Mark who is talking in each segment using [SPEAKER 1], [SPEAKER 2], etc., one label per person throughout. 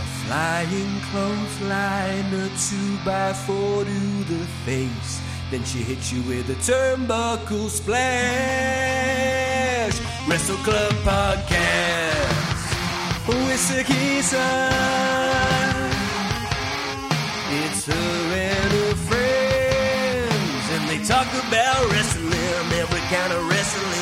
[SPEAKER 1] Flying clothesline, a two by four to the face. Then she hits you with a turnbuckle splash. Wrestle Club Podcast with Sakisa. It's her and her friends, and they talk about wrestling, every kind of wrestling.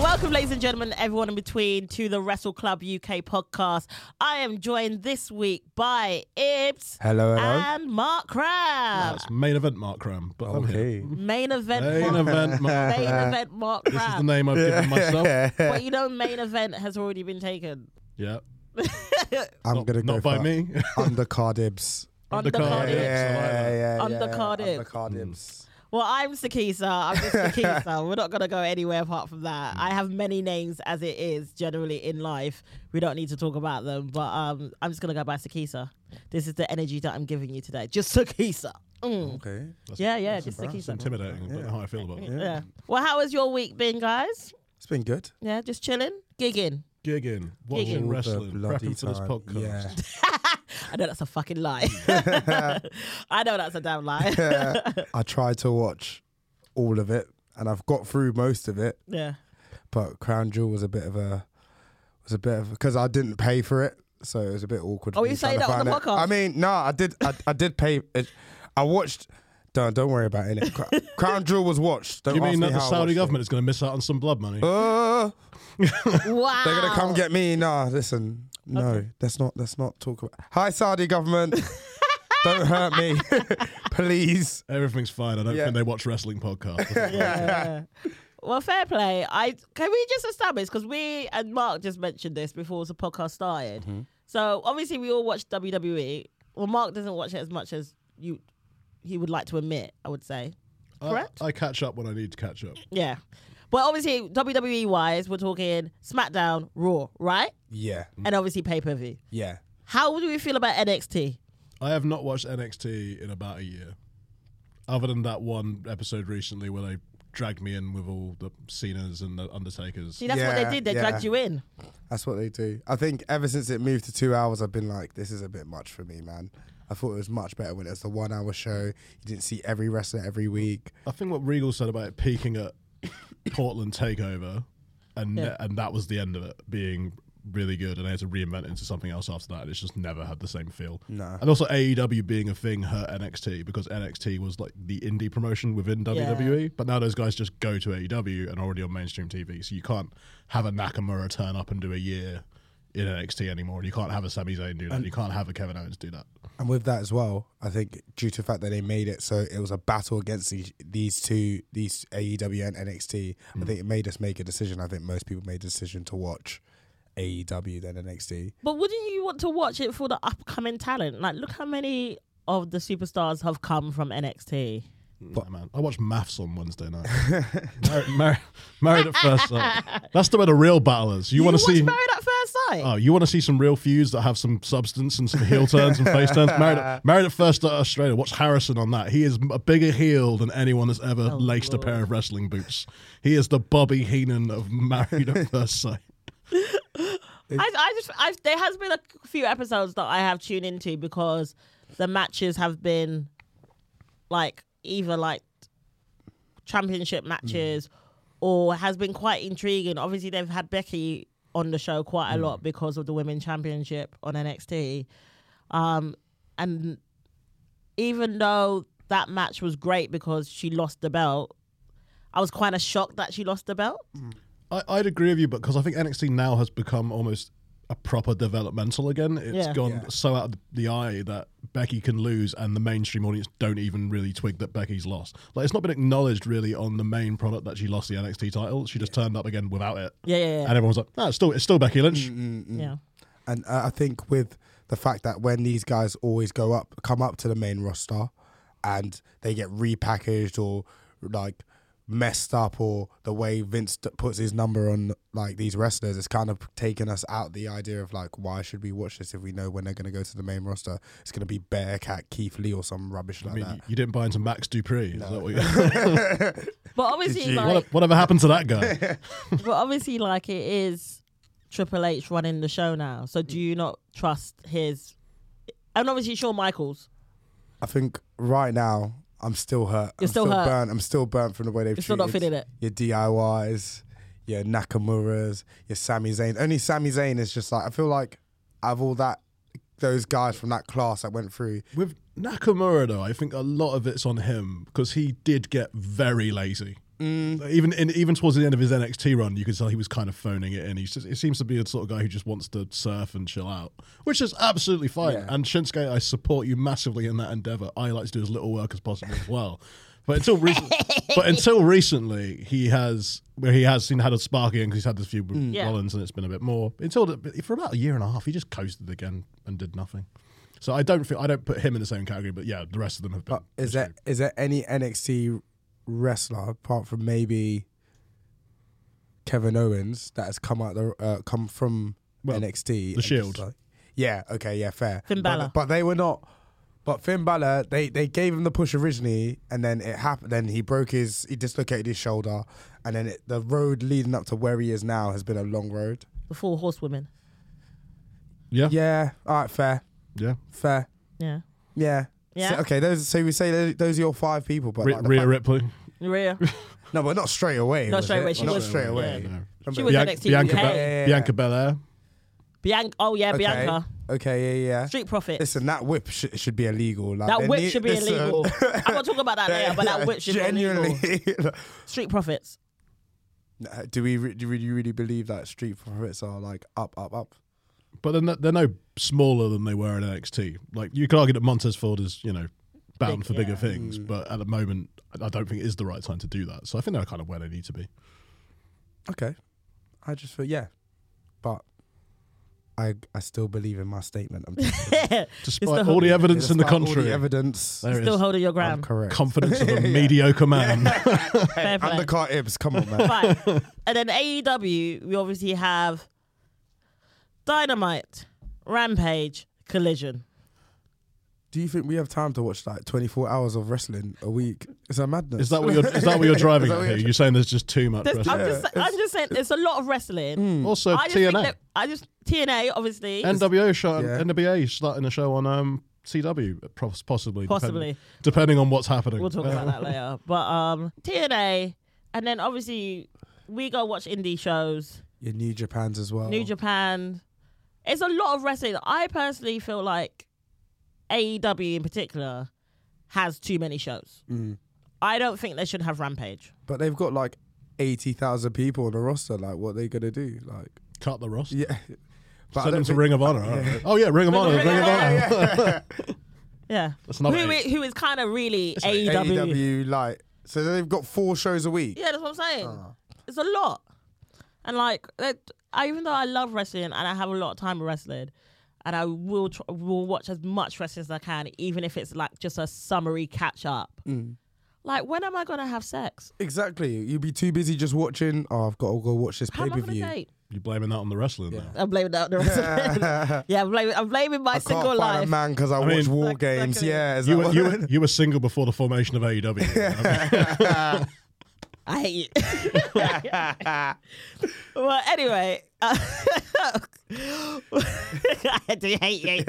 [SPEAKER 2] Welcome, ladies and gentlemen, everyone in between, to the Wrestle Club UK podcast. I am joined this week by Ibs
[SPEAKER 3] Hello, hello.
[SPEAKER 2] and Mark Crab.
[SPEAKER 4] That's main event Mark Ram, but I'm here. Mm-hmm.
[SPEAKER 3] Okay.
[SPEAKER 2] Main event,
[SPEAKER 4] Main
[SPEAKER 2] Mark,
[SPEAKER 4] event Mark
[SPEAKER 2] main event Mark
[SPEAKER 4] This is the
[SPEAKER 2] Crab.
[SPEAKER 4] name I've given myself.
[SPEAKER 2] But you know, main event has already been taken.
[SPEAKER 4] Yeah.
[SPEAKER 3] I'm
[SPEAKER 4] Not,
[SPEAKER 3] gonna go
[SPEAKER 4] not by
[SPEAKER 3] for
[SPEAKER 4] me.
[SPEAKER 3] Undercard Ibs.
[SPEAKER 2] Undercard
[SPEAKER 4] Undercard
[SPEAKER 2] Ibs.
[SPEAKER 4] Ibs.
[SPEAKER 2] Undercard Ibs.
[SPEAKER 3] Undercard
[SPEAKER 4] Mm.
[SPEAKER 3] Ibs.
[SPEAKER 2] Well, I'm Sakisa. I'm just Sakisa. We're not going to go anywhere apart from that. I have many names as it is generally in life. We don't need to talk about them, but um, I'm just going to go by Sakisa. This is the energy that I'm giving you today. Just Sakisa. Mm.
[SPEAKER 3] Okay.
[SPEAKER 2] Yeah, yeah, just
[SPEAKER 4] It's
[SPEAKER 2] Sakisa.
[SPEAKER 4] intimidating, but how I feel about it.
[SPEAKER 2] Yeah. Well, how has your week been, guys?
[SPEAKER 3] It's been good.
[SPEAKER 2] Yeah, just chilling, gigging.
[SPEAKER 4] Gigging, watching
[SPEAKER 2] Gigging. All
[SPEAKER 3] the
[SPEAKER 4] wrestling,
[SPEAKER 3] bloody
[SPEAKER 4] prepping for this
[SPEAKER 3] time.
[SPEAKER 4] podcast.
[SPEAKER 3] Yeah.
[SPEAKER 2] I know that's a fucking lie. I know that's a damn lie.
[SPEAKER 3] I tried to watch all of it, and I've got through most of it.
[SPEAKER 2] yeah.
[SPEAKER 3] But Crown Jewel was a bit of a was a bit of because I didn't pay for it, so it was a bit awkward.
[SPEAKER 2] Oh,
[SPEAKER 3] for me
[SPEAKER 2] you say
[SPEAKER 3] trying to
[SPEAKER 2] that on
[SPEAKER 3] find
[SPEAKER 2] the
[SPEAKER 3] it.
[SPEAKER 2] podcast?
[SPEAKER 3] I mean, no, I did. I, I did pay. It, I watched. Don't don't worry about it. innit? Cra- Crown Jewel was watched. Don't
[SPEAKER 4] You
[SPEAKER 3] ask
[SPEAKER 4] mean
[SPEAKER 3] me
[SPEAKER 4] that the
[SPEAKER 3] how I
[SPEAKER 4] Saudi
[SPEAKER 3] watched it.
[SPEAKER 4] government is going to miss out on some blood money?
[SPEAKER 3] Uh,
[SPEAKER 2] Wow.
[SPEAKER 3] They're gonna come get me. Nah, listen. No, that's not. That's not talk about. Hi, Saudi government. Don't hurt me, please.
[SPEAKER 4] Everything's fine. I don't
[SPEAKER 3] Yeah.
[SPEAKER 4] think they watch wrestling podcasts.
[SPEAKER 2] Yeah. Well, fair play. I can we just establish because we and Mark just mentioned this before the podcast started.
[SPEAKER 3] Mm-hmm.
[SPEAKER 2] So obviously we all watch WWE. E. Well, Mark doesn't watch it as much as you he would like to admit. I would say.
[SPEAKER 4] I-
[SPEAKER 2] Correct.
[SPEAKER 4] I, catch up when I need to catch up.
[SPEAKER 2] Yeah. But obviously WWE wise, we're talking SmackDown, Raw, right?
[SPEAKER 3] Yeah,
[SPEAKER 2] And obviously pay per view.
[SPEAKER 3] yeah.
[SPEAKER 2] How do we feel about NXT?
[SPEAKER 4] I have not watched NXT in about a year, other than that one episode recently where they dragged me in with all the Cenas and the Undertakers.
[SPEAKER 2] See, that's what they
[SPEAKER 3] Yeah,
[SPEAKER 2] did. They
[SPEAKER 3] yeah.
[SPEAKER 2] dragged you in.
[SPEAKER 3] That's what they do. I think ever since it moved to two hours, I've been like, this is a bit much for me, man. I thought it was much better when it was the one-hour show. You didn't see every wrestler every week.
[SPEAKER 4] I think what Regal said about it peaking at Portland Takeover, and
[SPEAKER 2] Yeah.
[SPEAKER 4] and that was the end of it being really good, and they had to reinvent it into something else after that, and it's just never had the same feel.
[SPEAKER 3] No.
[SPEAKER 4] And also AEW being a thing hurt NXT because NXT was like the indie promotion within WWE, but now those guys just go to AEW and already on mainstream TV, so you can't have a Nakamura turn up and do a year. In NXT anymore, and you can't have a Sami Zayn do that. And you can't have a Kevin Owens do that.
[SPEAKER 3] And with that as well, I think due to the fact that they made it so it was a battle against these, these two, these AEW and NXT, I think it made us make a decision. I think most people made a decision to watch AEW than NXT.
[SPEAKER 2] But wouldn't you want to watch it for the upcoming talent? Like, look how many of the superstars have come from NXT.
[SPEAKER 4] Nah, man, I watched maths on Wednesday night. Mar- mar- married at first sight. That's the way the real battle is. You, want to
[SPEAKER 2] watch
[SPEAKER 4] see?
[SPEAKER 2] Married at First Sight?
[SPEAKER 4] Oh, you want to see some real feuds that have some substance and some heel turns and face turns. Married, at, married at first sight Australia. Watch Harrison on that. He is a bigger heel than anyone that's ever laced a pair of wrestling boots. He is the Bobby Heenan of Married at First Sight.
[SPEAKER 2] I, I just, I, there has been a few episodes that I have tuned into because the matches have been like either like championship matches or has been quite intriguing. Obviously, they've had Becky on the show quite a lot because of the women championship on NXT, um, and even though that match was great because she lost the belt. I was kind of shocked that she lost the belt.
[SPEAKER 4] I, I'd agree with you, but because I think NXT now has become almost a proper developmental again. It's
[SPEAKER 2] Yeah.
[SPEAKER 4] gone
[SPEAKER 3] Yeah.
[SPEAKER 4] so out of the eye that Becky can lose, and the mainstream audience don't even really twig that Becky's lost. Like it's not been acknowledged really on the main product that she lost the NXT title. She just turned up again without it,
[SPEAKER 2] Yeah, yeah, yeah.
[SPEAKER 4] and everyone's like, "No, it's still it's still Becky Lynch."
[SPEAKER 2] yeah.
[SPEAKER 3] And uh, I think with the fact that when these guys always go up, come up to the main roster, and they get repackaged or like messed up, or the way Vince d- puts his number on like these wrestlers, it's kind of taken us out the idea of like why should we watch this if we know when they're going to go to the main roster? It's going to be Bearcat, Keith Lee, or some rubbish like
[SPEAKER 4] I mean,
[SPEAKER 3] that.
[SPEAKER 4] you didn't buy into Max Dupree. Is that what you-
[SPEAKER 2] But obviously,
[SPEAKER 3] you-
[SPEAKER 2] like,
[SPEAKER 4] What- whatever happened to that guy?
[SPEAKER 2] but obviously, like it is Triple H running the show now. So do you not trust his? And obviously Shawn Michaels.
[SPEAKER 3] I think right now I'm still hurt.
[SPEAKER 2] You're
[SPEAKER 3] I'm
[SPEAKER 2] still hurt.
[SPEAKER 3] burnt. I'm still burnt from the way they've
[SPEAKER 2] You're still not
[SPEAKER 3] treated
[SPEAKER 2] feeling it.
[SPEAKER 3] Your DIYs, your Nakamura's, your Sami Zayn. Only Sami Zayn is just like I feel like out of all that those guys from that class that went through.
[SPEAKER 4] With Nakamura, though, I think a lot of it's on him because he did get very lazy. Even in, even towards the end of his NXT run, you could tell he was kind of phoning it in. He's just, he seems to be the sort of guy who just wants to surf and chill out, which is absolutely fine.
[SPEAKER 3] Yeah.
[SPEAKER 4] And Shinsuke, I support you massively in that endeavor. I like to do as little work as possible as well. But until recent, but until recently, he has where he has seen had a spark again 'cause he's had this feud with
[SPEAKER 2] Yeah.
[SPEAKER 4] Rollins and it's been a bit more. Until the, for about a year and a half, he just coasted again and did nothing. So I don't feel I don't put him in the same category, but yeah, the rest of them have been.
[SPEAKER 3] But is there
[SPEAKER 4] pursued.
[SPEAKER 3] is there any NXT wrestler apart from maybe Kevin Owens that has come out the uh, come from
[SPEAKER 4] Well,
[SPEAKER 3] NXT?
[SPEAKER 4] The
[SPEAKER 3] and
[SPEAKER 4] Shield.
[SPEAKER 3] just like- yeah. Okay. Yeah. Fair.
[SPEAKER 2] Finn
[SPEAKER 3] But-
[SPEAKER 2] Balor.
[SPEAKER 3] But, they were not. But Finn Balor, they they gave him the push originally, and then it happened. Then he broke his, he dislocated his shoulder, and then it, the road leading up to where he is now has been a long road.
[SPEAKER 2] The four horsewomen.
[SPEAKER 4] yeah, yeah,
[SPEAKER 3] Yeah. All right. Fair.
[SPEAKER 4] yeah.
[SPEAKER 3] Fair.
[SPEAKER 2] Yeah.
[SPEAKER 3] Yeah.
[SPEAKER 2] Yeah.
[SPEAKER 3] So- okay. Those. So we say those, those are your five people, but
[SPEAKER 4] Rhea-
[SPEAKER 3] like the
[SPEAKER 4] Rhea
[SPEAKER 3] fact-
[SPEAKER 4] Ripley.
[SPEAKER 2] Rhea.
[SPEAKER 3] No, but not straight away.
[SPEAKER 2] Not
[SPEAKER 3] was
[SPEAKER 2] straight
[SPEAKER 3] it?
[SPEAKER 2] away, she
[SPEAKER 3] not
[SPEAKER 2] was-
[SPEAKER 3] straight away.
[SPEAKER 4] No.
[SPEAKER 2] She
[SPEAKER 3] Remember-
[SPEAKER 2] was
[SPEAKER 4] Bian-
[SPEAKER 2] NXT
[SPEAKER 4] Bianca,
[SPEAKER 2] UK.
[SPEAKER 4] Be-
[SPEAKER 3] Yeah.
[SPEAKER 4] Bianca Belair.
[SPEAKER 2] Bianca. Oh yeah,
[SPEAKER 3] okay.
[SPEAKER 2] Bianca.
[SPEAKER 3] Okay, yeah, yeah.
[SPEAKER 2] Street Profits.
[SPEAKER 3] Listen, that whip sh- should be illegal. Like,
[SPEAKER 2] that
[SPEAKER 3] they
[SPEAKER 2] whip
[SPEAKER 3] need- uh,
[SPEAKER 2] should be
[SPEAKER 3] listen.
[SPEAKER 2] illegal. I'm gonna talk about that later, but that whip should be
[SPEAKER 3] Genuinely.
[SPEAKER 2] illegal. Street Profits.
[SPEAKER 3] Nah, do we? Re- do you really believe that street profits are like up, up, up?
[SPEAKER 4] But they're no, they're no smaller than they were in NXT. Like you could argue that Montez Ford is, you know, bound
[SPEAKER 2] Big,
[SPEAKER 4] for bigger
[SPEAKER 2] yeah.
[SPEAKER 4] things,
[SPEAKER 3] Mm.
[SPEAKER 4] but at the moment, I- I don't think it is the right time to do that. So I think they're kind of where they need to be.
[SPEAKER 3] Okay, I just feel yeah, but I I still believe in my statement. I'm just,
[SPEAKER 4] Despite
[SPEAKER 2] the
[SPEAKER 4] all the
[SPEAKER 2] whole-
[SPEAKER 4] evidence in the
[SPEAKER 3] despite all
[SPEAKER 4] contrary,
[SPEAKER 3] evidence.
[SPEAKER 4] there
[SPEAKER 2] Still
[SPEAKER 4] is
[SPEAKER 2] holding your
[SPEAKER 3] I'm
[SPEAKER 2] ground.
[SPEAKER 3] correct.
[SPEAKER 4] confidence of a mediocre man.
[SPEAKER 2] Fair play.
[SPEAKER 3] Undercard Ibs, come on, man.
[SPEAKER 2] Right. and then AEW, we obviously have Dynamite, Rampage, Collision.
[SPEAKER 3] Do you think we have time to watch like 24 hours of wrestling a week? Is that madness?
[SPEAKER 4] Is that what you're? Is that what you're driving
[SPEAKER 3] Is that
[SPEAKER 4] at
[SPEAKER 3] what
[SPEAKER 4] here?
[SPEAKER 3] you're-
[SPEAKER 4] You're saying there's just too much.
[SPEAKER 2] There's- I'm,
[SPEAKER 4] wrestling?
[SPEAKER 2] just, I'm just saying, there's a lot of wrestling.
[SPEAKER 4] Also,
[SPEAKER 2] I just think
[SPEAKER 4] TNA.
[SPEAKER 2] that- I just TNA, obviously.
[SPEAKER 4] NWO show,
[SPEAKER 3] Yeah.
[SPEAKER 4] NWA starting a show on um, CW, pos- possibly, depend-
[SPEAKER 2] Possibly.
[SPEAKER 4] depending on what's happening. Uh,
[SPEAKER 2] we'll talk
[SPEAKER 4] Yeah.
[SPEAKER 2] about that later. But um, TNA, and then obviously we go watch indie shows,
[SPEAKER 3] Your New Japan's as well.
[SPEAKER 2] New Japan. It's a lot of wrestling. I personally feel like AEW in particular has too many shows. I don't think they should have Rampage.
[SPEAKER 3] But they've got like eighty thousand people on the roster. Like, what they gonna do? Like,
[SPEAKER 4] Cut the roster.
[SPEAKER 3] yeah. But I
[SPEAKER 4] Send
[SPEAKER 3] don't
[SPEAKER 4] them to
[SPEAKER 3] think-
[SPEAKER 4] Ring of Honor. alright. Oh yeah, Ring of Honor.
[SPEAKER 2] Ring
[SPEAKER 4] Ring,
[SPEAKER 2] of
[SPEAKER 4] of Honor.
[SPEAKER 2] Yeah.
[SPEAKER 4] That's another
[SPEAKER 2] who,
[SPEAKER 4] eight.
[SPEAKER 2] i- who is kind of really E AEW.
[SPEAKER 3] AEW. E Like, so they've got four shows a week.
[SPEAKER 2] Yeah, that's what I'm saying.
[SPEAKER 3] Uh-huh.
[SPEAKER 2] It's a lot. And like, that, I, even though I love wrestling and I have a lot of time with wrestling, and I will tr- will watch as much wrestling as I can, even if it's like just a summary catch up.
[SPEAKER 3] Mm.
[SPEAKER 2] Like, when am I gonna have sex?
[SPEAKER 3] Exactly. You'd be too busy just watching. Oh, I've got to go watch this
[SPEAKER 2] How
[SPEAKER 3] pay
[SPEAKER 2] am I
[SPEAKER 3] per
[SPEAKER 2] gonna
[SPEAKER 3] view.
[SPEAKER 2] date?
[SPEAKER 4] You're blaming that on the wrestling now.
[SPEAKER 2] I'm blaming that on the wrestling. yeah, I'm blaming, I'm blaming my
[SPEAKER 3] I can't
[SPEAKER 2] single
[SPEAKER 3] find a
[SPEAKER 2] life.
[SPEAKER 3] man because I, watch
[SPEAKER 4] mean-
[SPEAKER 3] War
[SPEAKER 2] Like,
[SPEAKER 3] Games.
[SPEAKER 2] exactly.
[SPEAKER 3] Yeah. Is
[SPEAKER 4] You
[SPEAKER 3] that
[SPEAKER 4] were,
[SPEAKER 3] what-
[SPEAKER 4] you, were, you were single before the formation of E AEW. Okay.
[SPEAKER 2] I hate you. well, anyway, uh, I do hate you.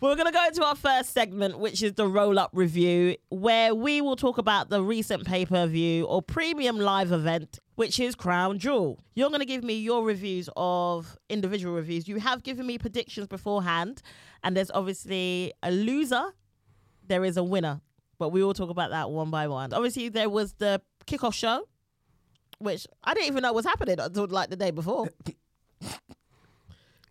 [SPEAKER 2] We're going to go into our first segment, which is the roll up review, where we will talk about the recent pay per view or premium live event, which is Crown Jewel. You're going to give me your reviews of individual reviews. You have given me predictions beforehand, and there's obviously a loser there is a winner, but we will talk about that one by one. Obviously, there was the kickoff show, which I didn't even know was happening until like the day before.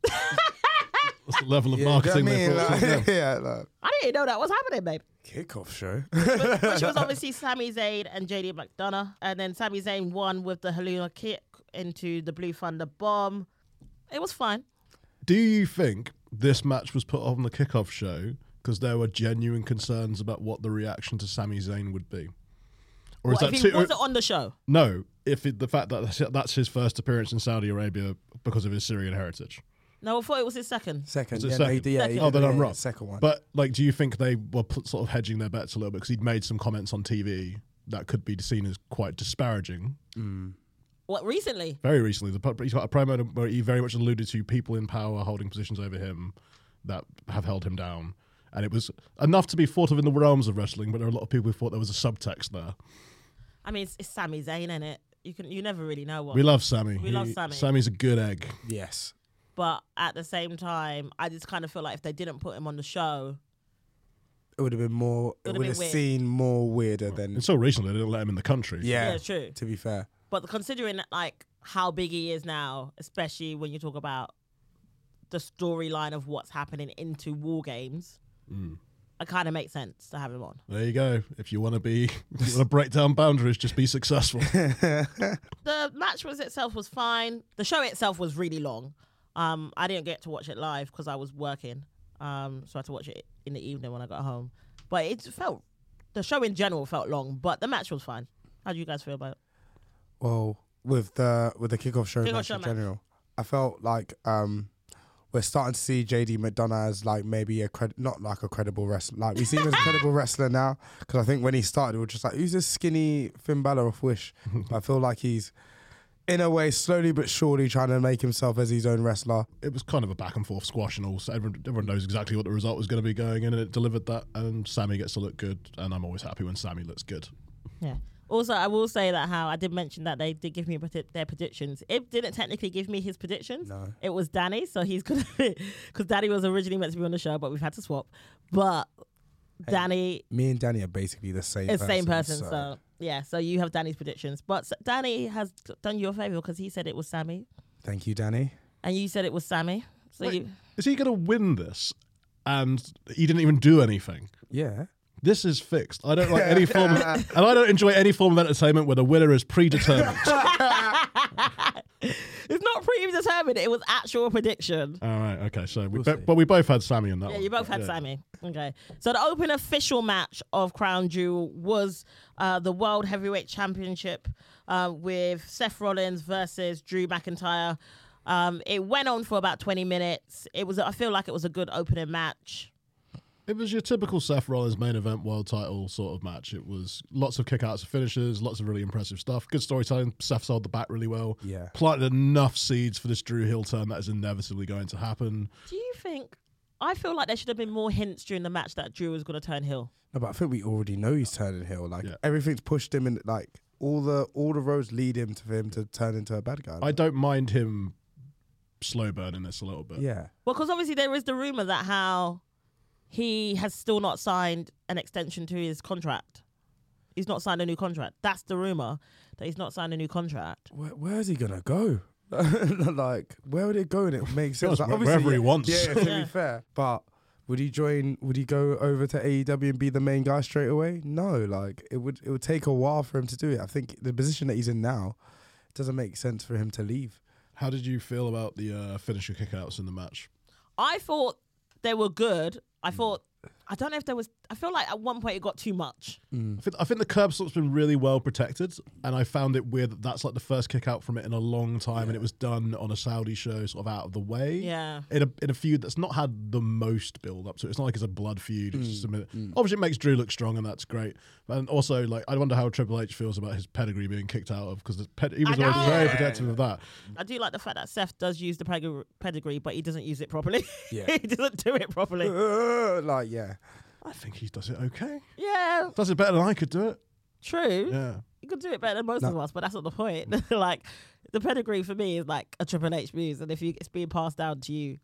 [SPEAKER 4] That's the level of
[SPEAKER 3] Yeah, do you
[SPEAKER 4] marketing
[SPEAKER 3] know
[SPEAKER 4] they
[SPEAKER 3] what I
[SPEAKER 4] put
[SPEAKER 3] mean? Like,
[SPEAKER 4] forward.
[SPEAKER 3] yeah, like,
[SPEAKER 2] I didn't know that was happening, babe.
[SPEAKER 3] kickoff show.
[SPEAKER 2] Which was obviously Sami Zayn and JD McDonough, and then Sami Zayn won with the Haluna kick into the Blue Thunder bomb. It was fine.
[SPEAKER 4] Do you think this match was put on the kickoff show because there were genuine concerns about what the reaction to Sami Zayn would be? Or
[SPEAKER 2] But if he
[SPEAKER 4] or-
[SPEAKER 2] wasn't on the show,
[SPEAKER 4] uh, No, if it, the fact that that's- that's his first appearance in Saudi Arabia because of his Syrian heritage.
[SPEAKER 2] no, I thought it was his second.
[SPEAKER 3] Second.
[SPEAKER 4] Was it
[SPEAKER 3] yeah,
[SPEAKER 4] second?
[SPEAKER 3] maybe, yeah,
[SPEAKER 2] Second.
[SPEAKER 3] yeah,
[SPEAKER 4] Oh, then
[SPEAKER 3] yeah,
[SPEAKER 4] I'm wrong.
[SPEAKER 3] Second one.
[SPEAKER 4] But like, do you think they were pl- sort of hedging their bets a little bit because he'd made some comments on TV that could be seen as quite disparaging?
[SPEAKER 2] What recently?
[SPEAKER 4] Very recently, the, pu- he's got a promo where he very much alluded to people in power holding positions over him that have held him down. And it was enough to be thought of in the realms of wrestling, but there are a lot of people who thought there was a subtext there.
[SPEAKER 2] I mean, it's, it's Sami Zayn, is it? You can you never really know what.
[SPEAKER 4] We love Sammy.
[SPEAKER 2] We love Sammy.
[SPEAKER 4] Sammy's a good egg.
[SPEAKER 3] Yes.
[SPEAKER 2] but at the same time, I just kind of feel like if they didn't put him on the show,
[SPEAKER 3] It would have been more. It
[SPEAKER 2] Would've
[SPEAKER 3] would
[SPEAKER 2] been
[SPEAKER 3] have
[SPEAKER 2] weird.
[SPEAKER 3] seen more weirder than.
[SPEAKER 4] Until recently, they didn't let him in the country.
[SPEAKER 3] Yeah.
[SPEAKER 2] yeah, true.
[SPEAKER 3] To be fair,
[SPEAKER 2] But considering like how big he is now, especially when you talk about the storyline of what's happening into war games, it kind of makes sense to have him on.
[SPEAKER 4] There you go. If you want to be, if you want to break down boundaries, just be successful.
[SPEAKER 2] The match was itself was fine. The show itself was really long. Um, I didn't get to watch it live because I was working, um, so I had to watch it in the evening when I got home. But it felt the show in general felt long, but the match was fine. How do you guys feel about it?
[SPEAKER 3] well, with the with the kickoff show,
[SPEAKER 2] Kickoff
[SPEAKER 3] match
[SPEAKER 2] show
[SPEAKER 3] in
[SPEAKER 2] match.
[SPEAKER 3] general, I felt like um, we're starting to see JD McDonough as like maybe a cred- not like a credible wrestler. Like we see him as a credible wrestler now because I think when he started, we were just like, who's this skinny Finn Balor of Wish? I feel like he's in a way slowly but surely trying to make himself as his own wrestler.
[SPEAKER 4] it was kind of a back and forth squash and all. So everyone, everyone knows exactly what the result was going to be going in, and it delivered that. And Sammy gets to look good, and I'm always happy when Sammy looks good.
[SPEAKER 2] Yeah. Also, I will say that how I did mention that they did give me predi- their predictions. It didn't technically give me his predictions.
[SPEAKER 3] No.
[SPEAKER 2] It was Danny, so he's gonna because Danny was originally meant to be on the show, but we've had to swap. But Danny
[SPEAKER 3] Me and Danny are basically the same.
[SPEAKER 2] is the
[SPEAKER 3] person,
[SPEAKER 2] same person, so.
[SPEAKER 3] so.
[SPEAKER 2] yeah. So you have Danny's predictions, but s- Danny has d- done you a favor because he said it was Sammy,
[SPEAKER 3] thank you, Danny.
[SPEAKER 2] and you said it was Sammy. So you,
[SPEAKER 4] Is he going to win this? And he didn't even do anything.
[SPEAKER 3] Yeah.
[SPEAKER 4] This is fixed. I don't like any form, of, and I don't enjoy any form of entertainment where the winner is predetermined.
[SPEAKER 2] it's not predetermined. It was actual prediction.
[SPEAKER 4] all right, okay. So, we bo- but we both had Sammy on that
[SPEAKER 2] Yeah,
[SPEAKER 4] one.
[SPEAKER 2] you both had Sammy. Okay. So the open official match of Crown Jewel was uh, the World Heavyweight Championship uh, with Seth Rollins versus Drew McIntyre. Um, it went on for about 20 minutes. It was, I feel like it was a good opening match.
[SPEAKER 4] It was your typical Seth Rollins main event world title sort of match. It was lots of kickouts and finishes, lots of really impressive stuff. Good storytelling. Seth sold the bat really well.
[SPEAKER 3] Yeah.
[SPEAKER 4] Planted enough seeds for this Drew Hill turn that is inevitably going to happen.
[SPEAKER 2] Do you think? I feel like there should have been more hints during the match that Drew was going to turn heel.
[SPEAKER 3] No, but I think we already know he's turning heel. Like
[SPEAKER 4] Yeah.
[SPEAKER 3] everything's pushed him in. Like all the all the roads lead him to for him to turn into a bad guy.
[SPEAKER 4] I don't mind him slow burning this a little bit.
[SPEAKER 3] yeah,
[SPEAKER 2] Well, because obviously there is the rumor that how he has still not signed an extension to his contract. He's not signed a new contract. That's the rumor that he's not signed a new contract.
[SPEAKER 3] where, where is he gonna go? like where would it go? And it makes sense.
[SPEAKER 4] Goes
[SPEAKER 3] Like,
[SPEAKER 4] wh-
[SPEAKER 3] obviously,
[SPEAKER 4] wherever he
[SPEAKER 3] yeah,
[SPEAKER 4] wants.
[SPEAKER 3] Yeah, to
[SPEAKER 2] Yeah.
[SPEAKER 3] be fair, but. Would he join? Would he go over to AEW and be the main guy straight away? No, like it would. It would take a while for him to do it. I think the position that he's in now it doesn't make sense for him to leave.
[SPEAKER 4] How did you feel about the uh, finisher kickouts in the match?
[SPEAKER 2] I thought they were good. I thought I don't know if there was. I feel like at one point it got too much.
[SPEAKER 4] I think, I think the curb slop's been really well protected, and I found it weird that that's like the first kick out from it in a long time, and it was done on a Saudi show, sort of out of the way.
[SPEAKER 2] Yeah.
[SPEAKER 4] in a in a feud that's not had the most build up to it. It's not like it's a blood feud. It's just a minute. Obviously, it makes Drew look strong, and that's great. And also, like, I wonder how Triple H feels about his pedigree being kicked out of because ped- he was
[SPEAKER 2] know.
[SPEAKER 4] always very protective of that.
[SPEAKER 2] I do like the fact that Seth does use the pedig- pedigree, but he doesn't use it properly.
[SPEAKER 3] Yeah.
[SPEAKER 2] he doesn't do it properly.
[SPEAKER 3] Uh, like yeah,
[SPEAKER 4] I think he does it okay.
[SPEAKER 2] Yeah,
[SPEAKER 4] Does it better than I could do it.
[SPEAKER 2] true.
[SPEAKER 4] Yeah.
[SPEAKER 2] you could do it better than most of us, but that's not the point. like the pedigree for me is like a Triple H muse, and if you it's being passed down to you,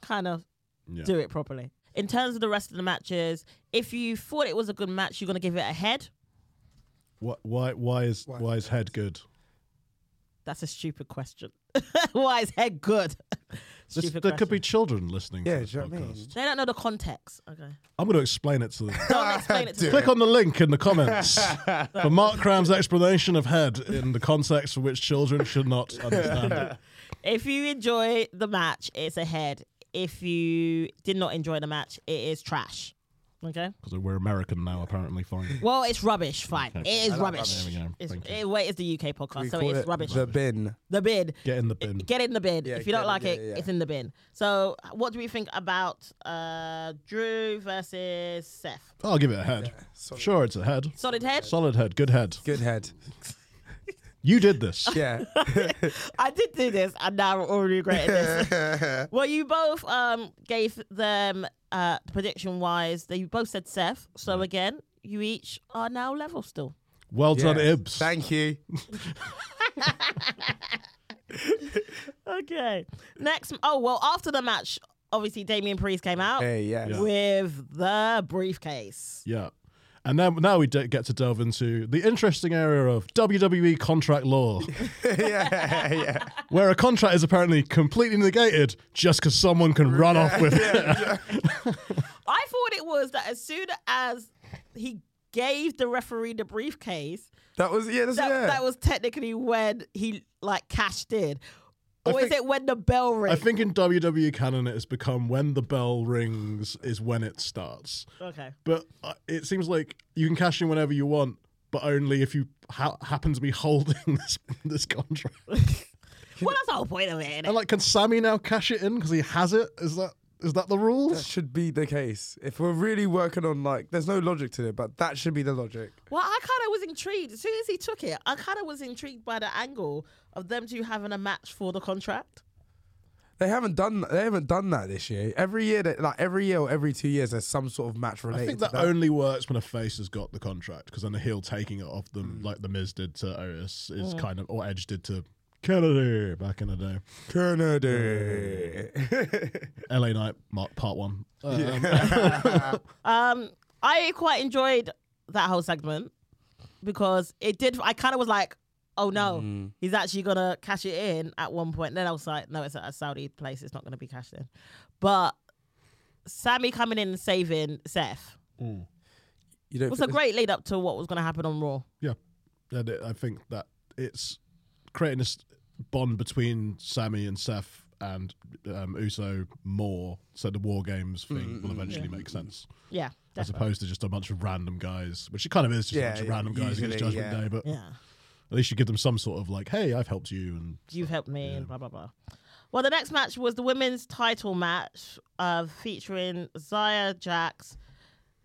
[SPEAKER 2] kind of
[SPEAKER 4] Yeah.
[SPEAKER 2] do it properly. In terms of the rest of the matches, if you thought it was a good match, you're gonna give it a head.
[SPEAKER 4] Why? Why? Why is why,
[SPEAKER 3] Why-
[SPEAKER 4] is head good?
[SPEAKER 2] That's a stupid question. Why is head good?
[SPEAKER 4] This,
[SPEAKER 2] stupid
[SPEAKER 4] there could be
[SPEAKER 2] question.
[SPEAKER 4] children listening.
[SPEAKER 3] yeah. Do
[SPEAKER 4] to this
[SPEAKER 3] you know what I
[SPEAKER 4] podcast.
[SPEAKER 3] mean?
[SPEAKER 2] They don't know the context. Okay,
[SPEAKER 4] I'm going to explain it to them.
[SPEAKER 2] don't explain it to them.
[SPEAKER 4] Click on the link in the comments for Mark Cram's explanation of head in the context for which children should not understand it.
[SPEAKER 2] If you enjoy the match, it's a head. If you did not enjoy the match, it is trash. Okay.
[SPEAKER 4] Because we're American now, apparently. Fine.
[SPEAKER 2] Well, it's rubbish. Fine. It is rubbish.
[SPEAKER 4] rubbish. There we go.
[SPEAKER 2] It's,
[SPEAKER 4] Thank you.
[SPEAKER 2] it, wait, it's the UK podcast,
[SPEAKER 3] We
[SPEAKER 2] so
[SPEAKER 3] call
[SPEAKER 2] it's
[SPEAKER 3] it
[SPEAKER 2] rubbish.
[SPEAKER 3] The bin.
[SPEAKER 2] The bin.
[SPEAKER 4] Get in the bin.
[SPEAKER 2] Get in the bin.
[SPEAKER 3] Yeah,
[SPEAKER 2] if you don't
[SPEAKER 3] get-
[SPEAKER 2] like
[SPEAKER 3] yeah,
[SPEAKER 2] it,
[SPEAKER 3] yeah.
[SPEAKER 2] it's in the bin. So, what do we think about uh, Drew versus Seth?
[SPEAKER 4] I'll give it a head. sure, it's a head.
[SPEAKER 2] Solid head.
[SPEAKER 4] Solid head. Good head.
[SPEAKER 3] Good head.
[SPEAKER 4] You did this.
[SPEAKER 3] Yeah.
[SPEAKER 2] I did do this, and now I'm already regretting this. well, you both um, gave them uh, prediction wise. They you both said Seth. So again, you each are now level still.
[SPEAKER 4] Well done,
[SPEAKER 3] Yeah.
[SPEAKER 4] Ibs.
[SPEAKER 3] Thank you.
[SPEAKER 2] Okay. Next. Oh well. After the match, obviously Damien Priest came out
[SPEAKER 3] Hey, yes.
[SPEAKER 4] Yeah.
[SPEAKER 2] with the briefcase.
[SPEAKER 4] yeah. And now, now we de- get to delve into the interesting area of WWE contract law,
[SPEAKER 3] yeah, yeah.
[SPEAKER 4] where a contract is apparently completely negated just because someone can run off with it.
[SPEAKER 2] I thought it was that as soon as he gave the referee the briefcase,
[SPEAKER 3] That was yeah. That's,
[SPEAKER 2] that,
[SPEAKER 3] yeah.
[SPEAKER 2] that was technically when he like cashed in. Or is
[SPEAKER 4] think-
[SPEAKER 2] it when the bell rang?
[SPEAKER 4] I think in WWE canon, it has become when the bell rings is when it starts.
[SPEAKER 2] okay.
[SPEAKER 4] But uh, it seems like you can cash in whenever you want, but only if you ha- happen to be holding this this contract.
[SPEAKER 2] Well, that's the whole point of it.
[SPEAKER 4] And
[SPEAKER 2] innit?
[SPEAKER 4] like, can Sammy now cash it in because he has it? Is that is that the rule?
[SPEAKER 3] That should be the case. If we're really working on like, there's no logic to it, but that should be the logic.
[SPEAKER 2] Well, I kind of was intrigued. As soon as he took it, I kind of was intrigued by the angle of them two having a match for the contract.
[SPEAKER 3] They haven't done. They haven't done that this year. Every year, they, like every year or every two years, there's some sort of match related.
[SPEAKER 4] I think
[SPEAKER 3] to
[SPEAKER 4] that, only works when a face has got the contract because then a heel taking it off them, like the Miz did to Otis, is kind of or Edge did to Kennedy back in the day.
[SPEAKER 3] Kennedy.
[SPEAKER 4] LA Night Mark Part One.
[SPEAKER 3] Oh,
[SPEAKER 4] Uh,
[SPEAKER 2] Um, I quite enjoyed that whole segment because it did. I kind of was like, oh no, he's actually gonna cash it in at one point. Then I was like, no, it's at a Saudi place. It's not gonna be cashed in. But Sammy coming in and saving Seth
[SPEAKER 3] you don't.
[SPEAKER 2] was a
[SPEAKER 3] think
[SPEAKER 2] great lead up to what was gonna happen on Raw.
[SPEAKER 4] Yeah, and it, I think that it's creating this bond between Sammy and Seth and um, Uso more, so the War Games thing
[SPEAKER 3] Mm-hmm.
[SPEAKER 4] will eventually make sense
[SPEAKER 2] Yeah,
[SPEAKER 4] as
[SPEAKER 2] definitely.
[SPEAKER 4] opposed to just a bunch of random guys, which it kind of is just
[SPEAKER 3] Yeah,
[SPEAKER 4] a bunch of
[SPEAKER 3] yeah,
[SPEAKER 4] random guys against
[SPEAKER 3] usually,
[SPEAKER 4] Judgment
[SPEAKER 3] yeah.
[SPEAKER 4] Day. But
[SPEAKER 2] Yeah.
[SPEAKER 4] at least you give them some sort of like, "Hey, I've helped you," and
[SPEAKER 2] you've helped me and blah blah blah. Well, the next match was the women's title match uh, featuring Zaya Jax,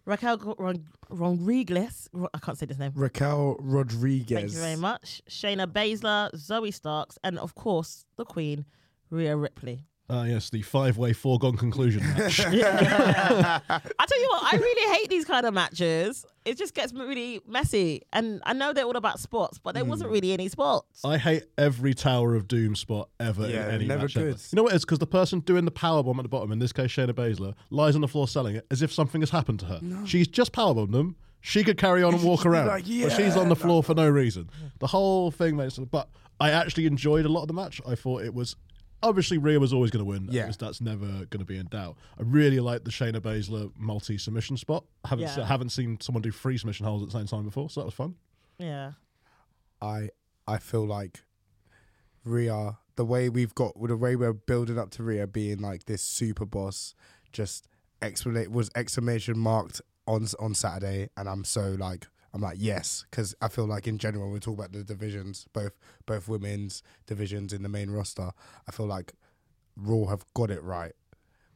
[SPEAKER 2] Raquel Go- Ron- Rodriguez. Ro- I can't say this name.
[SPEAKER 3] Raquel Rodriguez.
[SPEAKER 2] Thank you very much. Shayna Baszler, Zoe Starks, and of course the Queen, Rhea Ripley.
[SPEAKER 4] Ah, yes, the five-way foregone conclusion match.
[SPEAKER 2] I tell you what, I really hate these kind of matches. It just gets really messy, and I know they're all about sports, but there wasn't really any sports.
[SPEAKER 4] I hate every Tower of Doom spot ever
[SPEAKER 3] Yeah,
[SPEAKER 4] in any
[SPEAKER 3] never
[SPEAKER 4] match ever.
[SPEAKER 3] good.
[SPEAKER 4] You know what it is? Because the person doing the powerbomb at the bottom, in this case Shayna Baszler, lies on the floor selling it as if something has happened to her. She's just powerbombed them. She could carry on and walk around,
[SPEAKER 3] like,
[SPEAKER 4] but she's
[SPEAKER 3] "Yeah,
[SPEAKER 4] on the floor for no reason. The whole thing makes. But I actually enjoyed a lot of the match. I thought it was obviously Rhea was always going to win.
[SPEAKER 3] Yeah.
[SPEAKER 4] It was- that's never going to be in doubt. I really like the Shayna Baszler multi submission spot. I haven't
[SPEAKER 2] Yeah.
[SPEAKER 4] se- haven't seen someone do three submission holds at the same time before, so that was fun.
[SPEAKER 2] yeah,
[SPEAKER 3] I I feel like Rhea, the way we've got, the way we're building up to Rhea being like this super boss, just exclamation was exclamation marked on on Saturday, and I'm so like I'm like yes, because I feel like in general we talk about the divisions, both both women's divisions in the main roster. I feel like Raw have got it right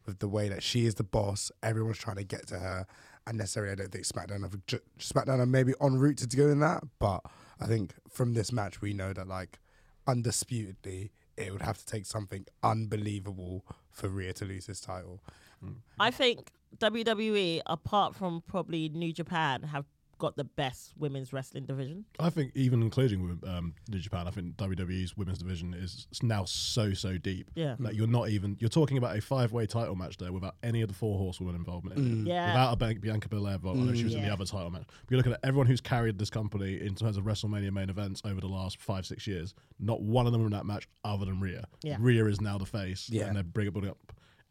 [SPEAKER 3] with the way that she is the boss. Everyone's trying to get to her. And necessarily, I don't think SmackDown have ju- SmackDown are maybe en route to doing that. But I think from this match, we know that like undisputedly, it would have to take something unbelievable for Rhea to lose this title.
[SPEAKER 2] I think WWE, apart from probably New Japan, have got the best women's wrestling division.
[SPEAKER 4] I think even including um, New Japan, I think WWE's women's division is now so so deep
[SPEAKER 2] Yeah.
[SPEAKER 4] that you're not even you're talking about a five way title match there without any of the four horsewomen involvement. In it.
[SPEAKER 2] Mm. Yeah.
[SPEAKER 4] Mm, Without a Bian- Bianca Belair, vote, I know she was in
[SPEAKER 2] Yeah.
[SPEAKER 4] the other title match. But you're looking at everyone who's carried this company in terms of WrestleMania main events over the last five six years. Not one of them in that match other than Rhea.
[SPEAKER 2] Yeah.
[SPEAKER 4] Rhea is now the face,
[SPEAKER 3] Yeah.
[SPEAKER 4] and they're bring- building up.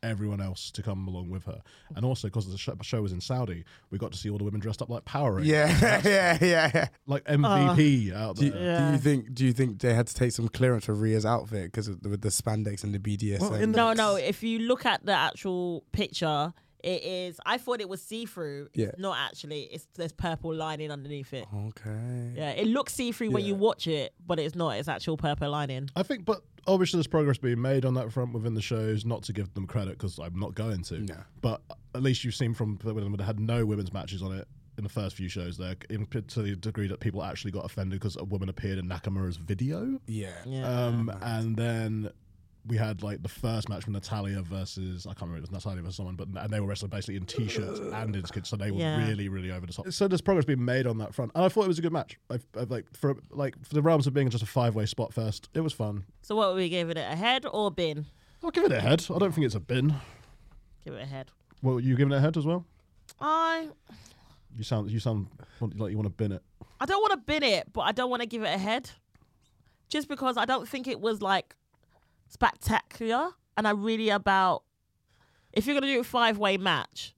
[SPEAKER 4] Everyone else to come along with her, and also because the sh- show was in Saudi, we got to see all the women dressed up like Power Rangers,
[SPEAKER 3] Yeah, yeah, yeah.
[SPEAKER 4] like
[SPEAKER 2] Uh,
[SPEAKER 4] MVP out
[SPEAKER 3] Do,
[SPEAKER 4] there.
[SPEAKER 3] you- do
[SPEAKER 2] Yeah.
[SPEAKER 3] you think? Do you think they had to take some clearance for Rhea's outfit because with the spandex and Oh, the BDSM?
[SPEAKER 4] in the-
[SPEAKER 2] No, no. If you look at the actual picture, it is. I thought it was see through.
[SPEAKER 3] Yeah.
[SPEAKER 2] Not actually. It's there's purple lining underneath it.
[SPEAKER 3] okay.
[SPEAKER 2] Yeah, it looks see through when you
[SPEAKER 3] Yeah.
[SPEAKER 2] watch it, but it's not. It's actual purple lining.
[SPEAKER 4] I think, but obviously, there's progress being made on that front within the shows. Not to give them credit because I'm not going to.
[SPEAKER 3] No.
[SPEAKER 4] But at least you've seen from when they had no women's matches on it in the first few shows there, in, to the degree that people actually got offended because a woman appeared in Nakamura's video.
[SPEAKER 3] Yeah.
[SPEAKER 2] Yeah.
[SPEAKER 4] Um, and then we had like the first match from Natalia versus I can't remember it was Natalia versus someone, but and they were wrestling basically in t-shirts and in skins, so they were
[SPEAKER 2] Yeah.
[SPEAKER 4] really, really over the top. Uh, So there's progress being made on that front, and I thought it was a good match. I've, I've like for like for the realms of being just a five-way spot first, it was fun.
[SPEAKER 2] So what are we giving it? A head or bin?
[SPEAKER 4] I'll give it a head. I don't think it's a bin.
[SPEAKER 2] Give it a head.
[SPEAKER 4] Well, you giving it a head as well?
[SPEAKER 2] I
[SPEAKER 4] You sound you sound like you want to bin it.
[SPEAKER 2] I don't want to bin it, but I don't want to give it a head, just because I don't think it was like spectacular, and I really about if you're gonna do a five way match,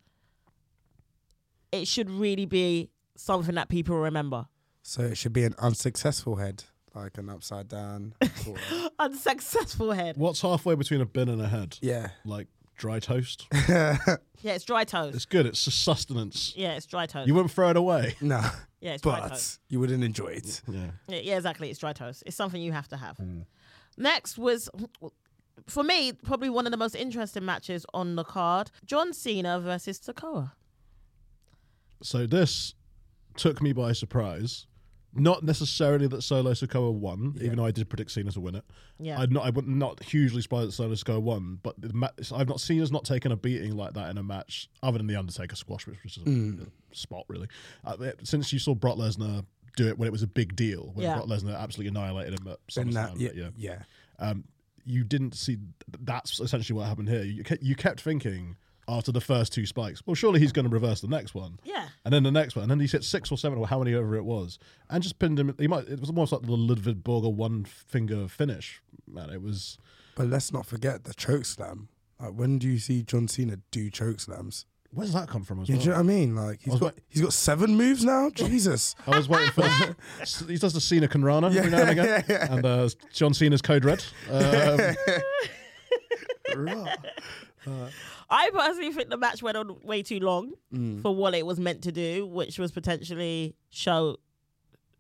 [SPEAKER 2] it should really be something that people remember.
[SPEAKER 3] So it should be an unsuccessful head, like an upside down. sort of-
[SPEAKER 2] Unsuccessful head.
[SPEAKER 4] What's halfway between a bin and a head?
[SPEAKER 3] yeah.
[SPEAKER 4] Like dry toast.
[SPEAKER 2] Yeah, it's dry toast.
[SPEAKER 4] it's good. It's just sustenance.
[SPEAKER 2] Yeah, it's dry toast.
[SPEAKER 4] You wouldn't throw it away.
[SPEAKER 3] No.
[SPEAKER 2] yeah, it's dry toast.
[SPEAKER 3] But you wouldn't enjoy it.
[SPEAKER 4] Yeah.
[SPEAKER 2] Yeah, yeah, exactly. It's dry toast. It's something you have to have. Next was, for me, probably one of the most interesting matches on the card: John Cena versus Sokoa.
[SPEAKER 4] So this took me by surprise. Not necessarily that Solo Sokoa won, even though I did predict Cena to win it.
[SPEAKER 2] Yeah.
[SPEAKER 4] I'd not, I would not hugely surprised that Solo Sokoa won, but the ma- I've not seen us not taken a beating like that in a match, other than the Undertaker squash, which was a spot really. Uh, it- since you saw Brock Lesnar do it when it was a big deal, when
[SPEAKER 2] Yeah.
[SPEAKER 4] Brock Lesnar absolutely annihilated him at
[SPEAKER 3] And
[SPEAKER 4] SummerSlam,
[SPEAKER 3] that, yeah,
[SPEAKER 4] but
[SPEAKER 3] yeah.
[SPEAKER 4] um, you didn't see that's essentially what happened here. You kept, you kept thinking after the first two spikes, well, surely he's going to reverse the next one.
[SPEAKER 2] Yeah.
[SPEAKER 4] And then the next one, and then he hit six or seven or how many over it was, and just pinned him. He might. It was almost like the Ludwig Borger one finger finish. Man, it was.
[SPEAKER 3] But let's not forget the choke slam. Like, when do you see John Cena do choke slams?
[SPEAKER 4] Where's that come from as
[SPEAKER 3] Yeah,
[SPEAKER 4] well?
[SPEAKER 3] do you know what I mean? Like he's
[SPEAKER 4] was
[SPEAKER 3] got he's got seven moves now. Jesus.
[SPEAKER 4] I was waiting for. he does the Cena con Rana every now and again, and uh, John Cena's code red. Um,
[SPEAKER 2] I personally think the match went on way too long for what it was meant to do, which was potentially show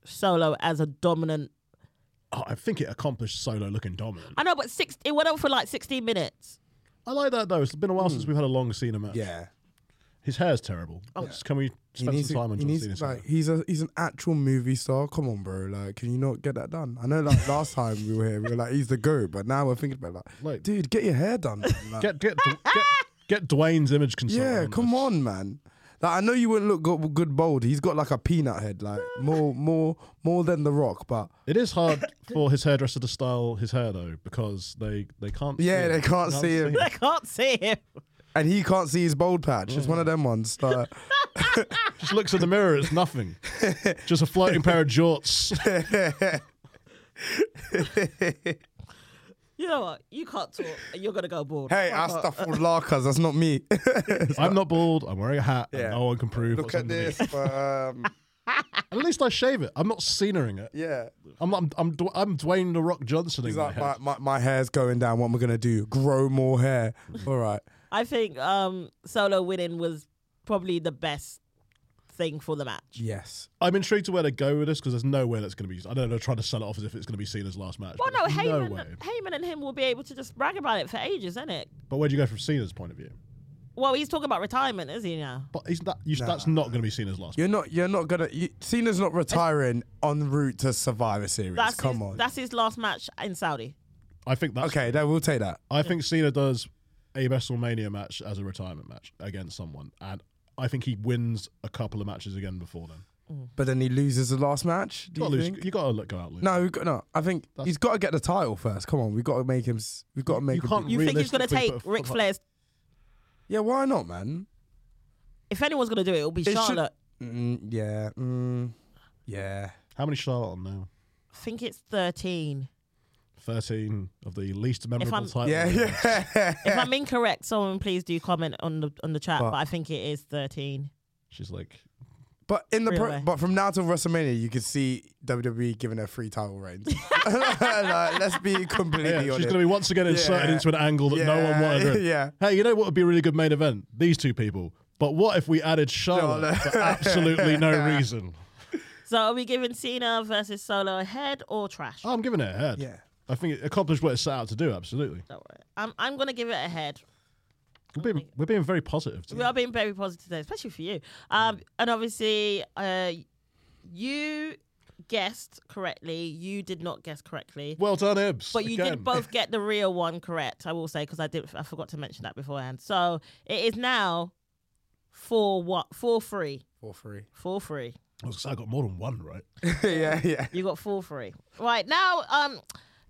[SPEAKER 2] Solo as a dominant.
[SPEAKER 4] Oh, I think it accomplished Solo looking dominant.
[SPEAKER 2] I know, but six. It went on for like 16 minutes.
[SPEAKER 4] I like that though. It's been a while since we've had a long Cena match.
[SPEAKER 3] Hmm. Yeah. Oh.
[SPEAKER 4] His hair's terrible. Just- Can we
[SPEAKER 3] He
[SPEAKER 4] spend
[SPEAKER 3] needs
[SPEAKER 4] some
[SPEAKER 3] to-
[SPEAKER 4] time on
[SPEAKER 3] he
[SPEAKER 4] John
[SPEAKER 3] needs-
[SPEAKER 4] Cena's
[SPEAKER 3] like
[SPEAKER 4] hair?
[SPEAKER 3] he's a he's an actual movie star. Come on, bro. Like, can you not get that done? I know like last time we were here, we were like, he's the goat, but now we're thinking about like,
[SPEAKER 4] Like-
[SPEAKER 3] dude, get your hair done. man. Like,
[SPEAKER 4] Get get Dw- get get Dwayne's image consultant.
[SPEAKER 3] yeah, come
[SPEAKER 4] this.
[SPEAKER 3] on, man. Like, I know you wouldn't look good, good bold. He's got like a peanut head, like more more more than the rock, but
[SPEAKER 4] It is hard for his hairdresser to style his hair though because they they can't. see
[SPEAKER 3] yeah,
[SPEAKER 4] him.
[SPEAKER 3] they can't see him.
[SPEAKER 2] I can't see him.
[SPEAKER 3] And he can't see his bald patch. It's one of them ones. Like,
[SPEAKER 4] Just looks in the mirror. It's nothing. Just a floating pair of jorts.
[SPEAKER 2] You know what? You can't talk. and You're gonna go bald.
[SPEAKER 3] hey,
[SPEAKER 2] Fuck off.
[SPEAKER 3] Astaghfirullah, cuz that's not me.
[SPEAKER 4] I'm not bald. I'm wearing a hat.
[SPEAKER 3] Yeah.
[SPEAKER 4] And no one can prove.
[SPEAKER 3] Look
[SPEAKER 4] what's
[SPEAKER 3] at
[SPEAKER 4] underneath.
[SPEAKER 3] this. but, um,
[SPEAKER 4] At least I shave it. I'm not Cenaing it.
[SPEAKER 3] yeah.
[SPEAKER 4] I'm I'm I'm, Dw- I'm Dwayne the Rock Johnson in
[SPEAKER 3] He's
[SPEAKER 4] my
[SPEAKER 3] like,
[SPEAKER 4] head.
[SPEAKER 3] my, my, my hair's going down. What am I going to do? Grow more hair. All right.
[SPEAKER 2] I think um, Solo winning was probably the best thing for the match.
[SPEAKER 3] Yes.
[SPEAKER 4] I'm intrigued to where they go with this because there's no way that's going to be. I don't know. Trying to sell it off as if it's going to be Cena's last match.
[SPEAKER 2] Well,
[SPEAKER 4] but
[SPEAKER 2] no,
[SPEAKER 4] there's
[SPEAKER 2] Heyman,
[SPEAKER 4] way.
[SPEAKER 2] Heyman and him will be able to just brag about it for ages, isn't it?
[SPEAKER 4] But where do you go from Cena's point of view?
[SPEAKER 2] Well, he's talking about retirement, is he now?
[SPEAKER 4] But isn't that you, that's not going to be Cena's last?
[SPEAKER 3] You're not. You're not gonna. You, Cena's not retiring en route to Survivor Series.
[SPEAKER 2] That's
[SPEAKER 3] Come
[SPEAKER 2] his,
[SPEAKER 3] on.
[SPEAKER 2] That's his last match in Saudi.
[SPEAKER 4] I think that's
[SPEAKER 3] okay, then we'll take that.
[SPEAKER 4] I think Cena does a WrestleMania match as a retirement match against someone, and I think he wins a couple of matches again before then.
[SPEAKER 3] But then he loses the last match. Do
[SPEAKER 4] You
[SPEAKER 3] you
[SPEAKER 4] gotta lose-
[SPEAKER 3] think?
[SPEAKER 4] you got to let go out. Luke.
[SPEAKER 3] No, we've got, no. I think
[SPEAKER 4] That's-
[SPEAKER 3] he's got to get the title first. Come on, we've got to make him. s- We've got to make
[SPEAKER 4] you
[SPEAKER 3] him.
[SPEAKER 4] can't
[SPEAKER 3] be-
[SPEAKER 2] You think he's going to
[SPEAKER 4] Realistically,
[SPEAKER 2] take
[SPEAKER 4] but-
[SPEAKER 2] Ric Flair's?
[SPEAKER 3] yeah, why not, man?
[SPEAKER 2] If anyone's going to do it, it'll be
[SPEAKER 3] should-
[SPEAKER 2] Charlotte.
[SPEAKER 3] Mm, yeah. Mm, yeah.
[SPEAKER 4] How many Charlotte on now?
[SPEAKER 2] I think it's thirteen.
[SPEAKER 4] Thirteen of the least memorable
[SPEAKER 2] I'm-
[SPEAKER 4] titles.
[SPEAKER 3] Yeah. Yeah.
[SPEAKER 2] If I'm incorrect, someone please do comment on the on the chat. But,
[SPEAKER 3] But-
[SPEAKER 2] I think it is thirteen.
[SPEAKER 4] She's like,
[SPEAKER 3] But in the pro-
[SPEAKER 2] Really?
[SPEAKER 3] but from now to WrestleMania, you could see WWE giving her free title reigns. Like, let's be completely
[SPEAKER 4] yeah, she's
[SPEAKER 3] honest.
[SPEAKER 4] going to be once again inserted
[SPEAKER 3] Yeah.
[SPEAKER 4] into an angle that no one
[SPEAKER 3] Yeah,
[SPEAKER 4] wanted. her in.
[SPEAKER 3] yeah.
[SPEAKER 4] Hey, you know what would be a really good main event? These two people. But what if we added Charlotte for absolutely no reason?
[SPEAKER 2] So are we giving Cena versus Solo a head or trash?
[SPEAKER 4] I'm giving it a head.
[SPEAKER 3] Yeah.
[SPEAKER 4] I think it accomplished what it set out to do. Absolutely.
[SPEAKER 2] Don't worry. I'm I'm going to give it a head.
[SPEAKER 4] We're being, we're being very positive.
[SPEAKER 2] We
[SPEAKER 4] Today.
[SPEAKER 2] are being very positive today, especially for you. Um,
[SPEAKER 3] Mm.
[SPEAKER 2] and obviously, uh, you guessed correctly. You did not guess correctly.
[SPEAKER 4] Well done, Ibs.
[SPEAKER 2] But you
[SPEAKER 4] again.
[SPEAKER 2] did both get the real one correct, I will say, because I did I forgot to mention that beforehand. So it is now four what four free.
[SPEAKER 3] for free.
[SPEAKER 2] Four free.
[SPEAKER 4] I was gonna say, I got more than one right.
[SPEAKER 3] yeah, yeah.
[SPEAKER 2] You got four free. Right now, um,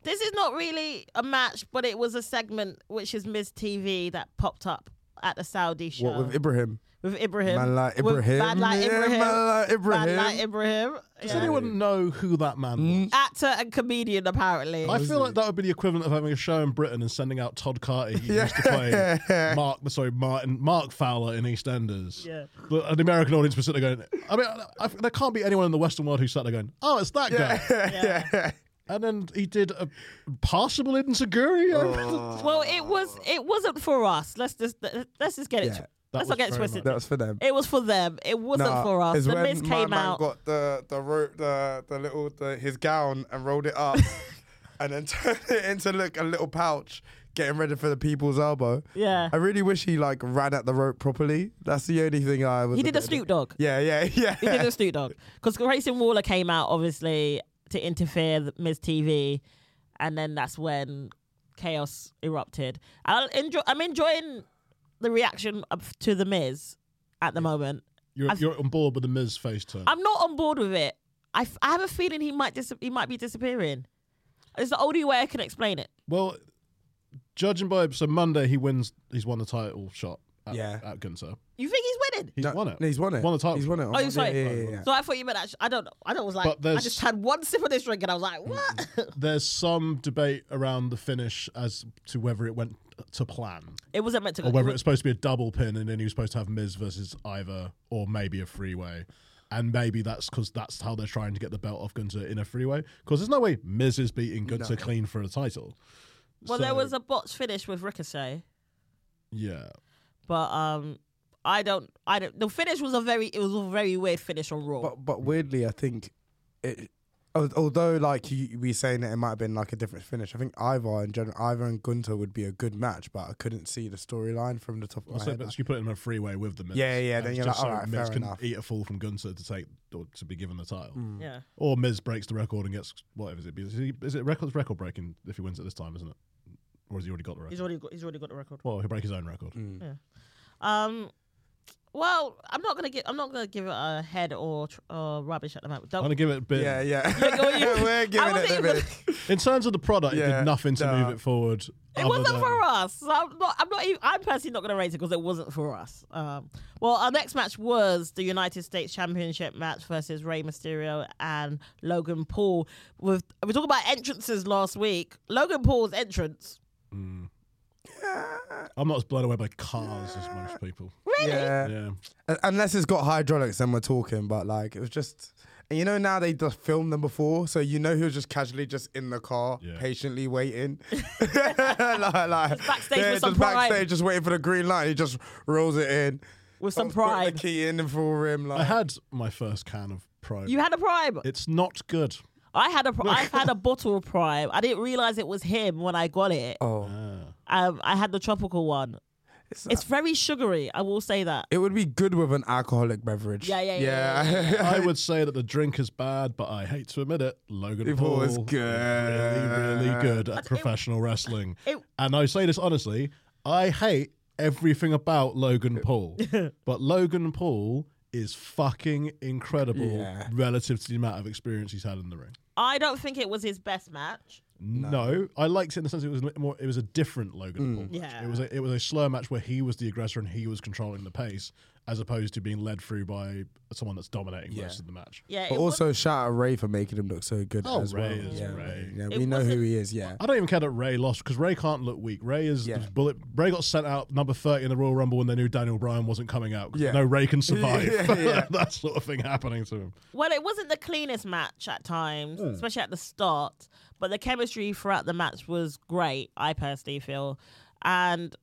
[SPEAKER 2] this is not really a match, but it was a segment which is Ms. TV that popped up at the Saudi show
[SPEAKER 3] What with Ibrahim?
[SPEAKER 2] with Ibrahim.
[SPEAKER 3] Man like
[SPEAKER 2] With
[SPEAKER 3] Ibrahim.
[SPEAKER 2] Bad like
[SPEAKER 3] Yeah,
[SPEAKER 2] Ibrahim.
[SPEAKER 3] man like Ibrahim.
[SPEAKER 2] Bad like Ibrahim.
[SPEAKER 4] Does
[SPEAKER 2] Yeah.
[SPEAKER 4] anyone know who that man was?
[SPEAKER 2] Actor and comedian, apparently.
[SPEAKER 4] Mm. I feel like that would be the equivalent of having a show in Britain and sending out Todd Carty, who used to play Mark, sorry, Martin, Mark Fowler in EastEnders.
[SPEAKER 2] Yeah.
[SPEAKER 4] But an American audience was sitting there going, I mean, I, I- there can't be anyone in the Western world who sat there going, oh, it's that guy. And then he did a passable Insiguri.
[SPEAKER 3] Oh.
[SPEAKER 2] Well, it was it wasn't for us. Let's just let's just get it.
[SPEAKER 3] Yeah,
[SPEAKER 2] tw-
[SPEAKER 3] that
[SPEAKER 2] let's not
[SPEAKER 4] was
[SPEAKER 2] get it
[SPEAKER 4] very
[SPEAKER 2] twisted.
[SPEAKER 3] That was for them.
[SPEAKER 2] It was for them. It wasn't
[SPEAKER 3] Nah,
[SPEAKER 2] for us.
[SPEAKER 3] is
[SPEAKER 2] The
[SPEAKER 3] when
[SPEAKER 2] Miz
[SPEAKER 3] my
[SPEAKER 2] came
[SPEAKER 3] man
[SPEAKER 2] out.
[SPEAKER 3] got the the rope, the the little the, his gown and rolled it up, and then turned it into look a little pouch, getting ready for the people's elbow.
[SPEAKER 2] Yeah.
[SPEAKER 3] I really wish he like ran at the rope properly. That's the only thing I was.
[SPEAKER 2] He did a
[SPEAKER 3] bit-
[SPEAKER 2] Snoop Dogg.
[SPEAKER 3] Yeah, yeah, yeah.
[SPEAKER 2] He did a Snoop Dogg because Grayson Waller came out obviously to interfere the Miz TV, and then that's when chaos erupted. I'll enjoy, I'm enjoying the reaction of- to the Miz at the moment.
[SPEAKER 4] You're,
[SPEAKER 2] I've-
[SPEAKER 4] you're on board with the Miz face turn.
[SPEAKER 2] I'm not on board with it. I, f- I have a feeling he might dis- he might be disappearing. It's the only way I can explain it.
[SPEAKER 4] Well, judging by so Monday, he wins. He's won the title shot. At,
[SPEAKER 3] Yeah.
[SPEAKER 4] at Gunter,
[SPEAKER 2] You think he's winning?
[SPEAKER 4] he's
[SPEAKER 3] No,
[SPEAKER 4] won it.
[SPEAKER 3] no, he's won it.
[SPEAKER 4] Won the title.
[SPEAKER 3] He's won it.
[SPEAKER 2] Oh, sorry.
[SPEAKER 3] Yeah, yeah, yeah, yeah.
[SPEAKER 2] So I thought you meant actually, I don't know. I don't was like
[SPEAKER 4] But
[SPEAKER 2] I
[SPEAKER 4] there's-
[SPEAKER 2] just had one sip of this drink and I was like, what?
[SPEAKER 4] There's some debate around the finish as to whether it went to plan
[SPEAKER 2] it wasn't meant to
[SPEAKER 3] Uh,
[SPEAKER 2] go.
[SPEAKER 4] or whether it was supposed to be a double pin, and then he was supposed to have Miz versus Ivor, or maybe a freeway. And maybe that's because that's how they're trying to get the belt off Gunter in a freeway. Because there's no way Miz is beating Gunter clean for a title.
[SPEAKER 2] well, there
[SPEAKER 4] So,
[SPEAKER 2] was a botch finish with Ricochet,
[SPEAKER 4] yeah.
[SPEAKER 2] but um, I don't, I don't. The finish was a very, it was a very weird finish on Raw.
[SPEAKER 3] But but weirdly, I think it. al- Although, like you, we saying that it might have been like a different finish. I think Ivar and Gen- Ivar and Gunter would be a good match, but I couldn't see the storyline from the top of
[SPEAKER 4] Well,
[SPEAKER 3] my
[SPEAKER 4] so
[SPEAKER 3] head.
[SPEAKER 4] that's- you put it in a freeway with the Miz.
[SPEAKER 3] Yeah, yeah,
[SPEAKER 4] and
[SPEAKER 3] then
[SPEAKER 4] it's
[SPEAKER 3] you're
[SPEAKER 4] just
[SPEAKER 3] like, alright,
[SPEAKER 4] Miz
[SPEAKER 3] fair
[SPEAKER 4] can
[SPEAKER 3] enough. Hmm.
[SPEAKER 4] eat a fall from Gunter to take or to be given the title,
[SPEAKER 2] yeah,
[SPEAKER 4] or Miz breaks the record and gets whatever is it? Is, he, is it record record breaking if he wins it this time, isn't it? Or has he already got the record?
[SPEAKER 2] he's Mm. already, got, he's already got the record.
[SPEAKER 4] well, he'll break his own record.
[SPEAKER 2] Um, well, I'm not gonna give, I'm not gonna give it a head or tr- or rubbish at the moment.
[SPEAKER 4] I'm
[SPEAKER 2] Don't.
[SPEAKER 4] gonna give it a bit.
[SPEAKER 3] Yeah, yeah.
[SPEAKER 2] going-
[SPEAKER 3] We're
[SPEAKER 2] I
[SPEAKER 3] giving
[SPEAKER 2] wasn't
[SPEAKER 3] it the
[SPEAKER 2] even-
[SPEAKER 3] bit.
[SPEAKER 4] In terms of the product, it
[SPEAKER 3] Yeah,
[SPEAKER 4] did nothing to
[SPEAKER 3] nah.
[SPEAKER 4] move it forward.
[SPEAKER 2] It wasn't for us. So I'm not. I'm not. Even, I'm personally not going to rate it because it wasn't for us. Um, well, our next match was the United States Championship match versus Rey Mysterio and Logan Paul. With we talked about entrances last week. Logan Paul's entrance.
[SPEAKER 4] I'm not as blown away by cars as most people.
[SPEAKER 2] Really?
[SPEAKER 3] Yeah.
[SPEAKER 4] Yeah,
[SPEAKER 3] Un- Unless it's got hydraulics, then we're talking. But like, it was just. And you know now they just filmed them before, so you know he was just casually just in the car,
[SPEAKER 4] Yeah.
[SPEAKER 3] patiently waiting. like, like,
[SPEAKER 2] backstage
[SPEAKER 3] yeah,
[SPEAKER 2] with some
[SPEAKER 3] just
[SPEAKER 2] pride.
[SPEAKER 3] backstage, just waiting for the green light. He just rolls it in.
[SPEAKER 2] With some
[SPEAKER 3] Tom's putting
[SPEAKER 2] pride.
[SPEAKER 3] the key in the full rim. Like,
[SPEAKER 4] I had my first can of Prime.
[SPEAKER 2] You had a prime.
[SPEAKER 4] it's not good.
[SPEAKER 2] I had a. Pri- I've had a bottle of prime. I didn't realize it was him when I got it.
[SPEAKER 3] oh,
[SPEAKER 2] Um, I had the tropical one. It's, very sugary. I will say that.
[SPEAKER 3] it would be good with an alcoholic beverage.
[SPEAKER 2] Yeah, yeah, yeah,
[SPEAKER 4] I would say that the drink is bad, but I hate to admit it. Logan
[SPEAKER 3] It
[SPEAKER 4] Paul
[SPEAKER 3] was
[SPEAKER 4] Oh, really,
[SPEAKER 3] Uh,
[SPEAKER 4] really good at professional wrestling.
[SPEAKER 2] it-
[SPEAKER 4] and I say this honestly, I hate everything about Logan Paul, but Logan Paul is fucking incredible
[SPEAKER 3] Yeah.
[SPEAKER 4] relative to the amount of experience he's had in the ring.
[SPEAKER 2] I don't think it was his best match.
[SPEAKER 4] No. I liked it in the sense it was a bit more. It was a different Logan Paul. match.
[SPEAKER 2] Yeah.
[SPEAKER 4] it was a, it was a slower match where he was the aggressor and he was controlling the pace, as opposed to being led through by someone that's dominating most of the match.
[SPEAKER 2] Yeah.
[SPEAKER 3] But
[SPEAKER 2] it was-
[SPEAKER 3] also shout out Ray for making him look so good
[SPEAKER 4] Oh,
[SPEAKER 3] as
[SPEAKER 4] Ray
[SPEAKER 3] well.
[SPEAKER 4] is
[SPEAKER 3] yeah,
[SPEAKER 4] Ray.
[SPEAKER 3] yeah,
[SPEAKER 2] It
[SPEAKER 3] we know who
[SPEAKER 2] wasn't-
[SPEAKER 3] he is. Yeah,
[SPEAKER 4] I don't even care that Ray lost because Ray can't look weak. Ray is
[SPEAKER 3] Yeah.
[SPEAKER 4] was bullet. Ray got sent out number thirty in the Royal Rumble when they knew Daniel Bryan wasn't coming out. 'cause
[SPEAKER 3] Yeah.
[SPEAKER 4] No, Ray can survive.
[SPEAKER 3] Yeah, yeah.
[SPEAKER 4] that sort of thing happening to him.
[SPEAKER 2] Well, it wasn't the cleanest match at times, especially at the start, but the chemistry throughout the match was great, I personally feel. And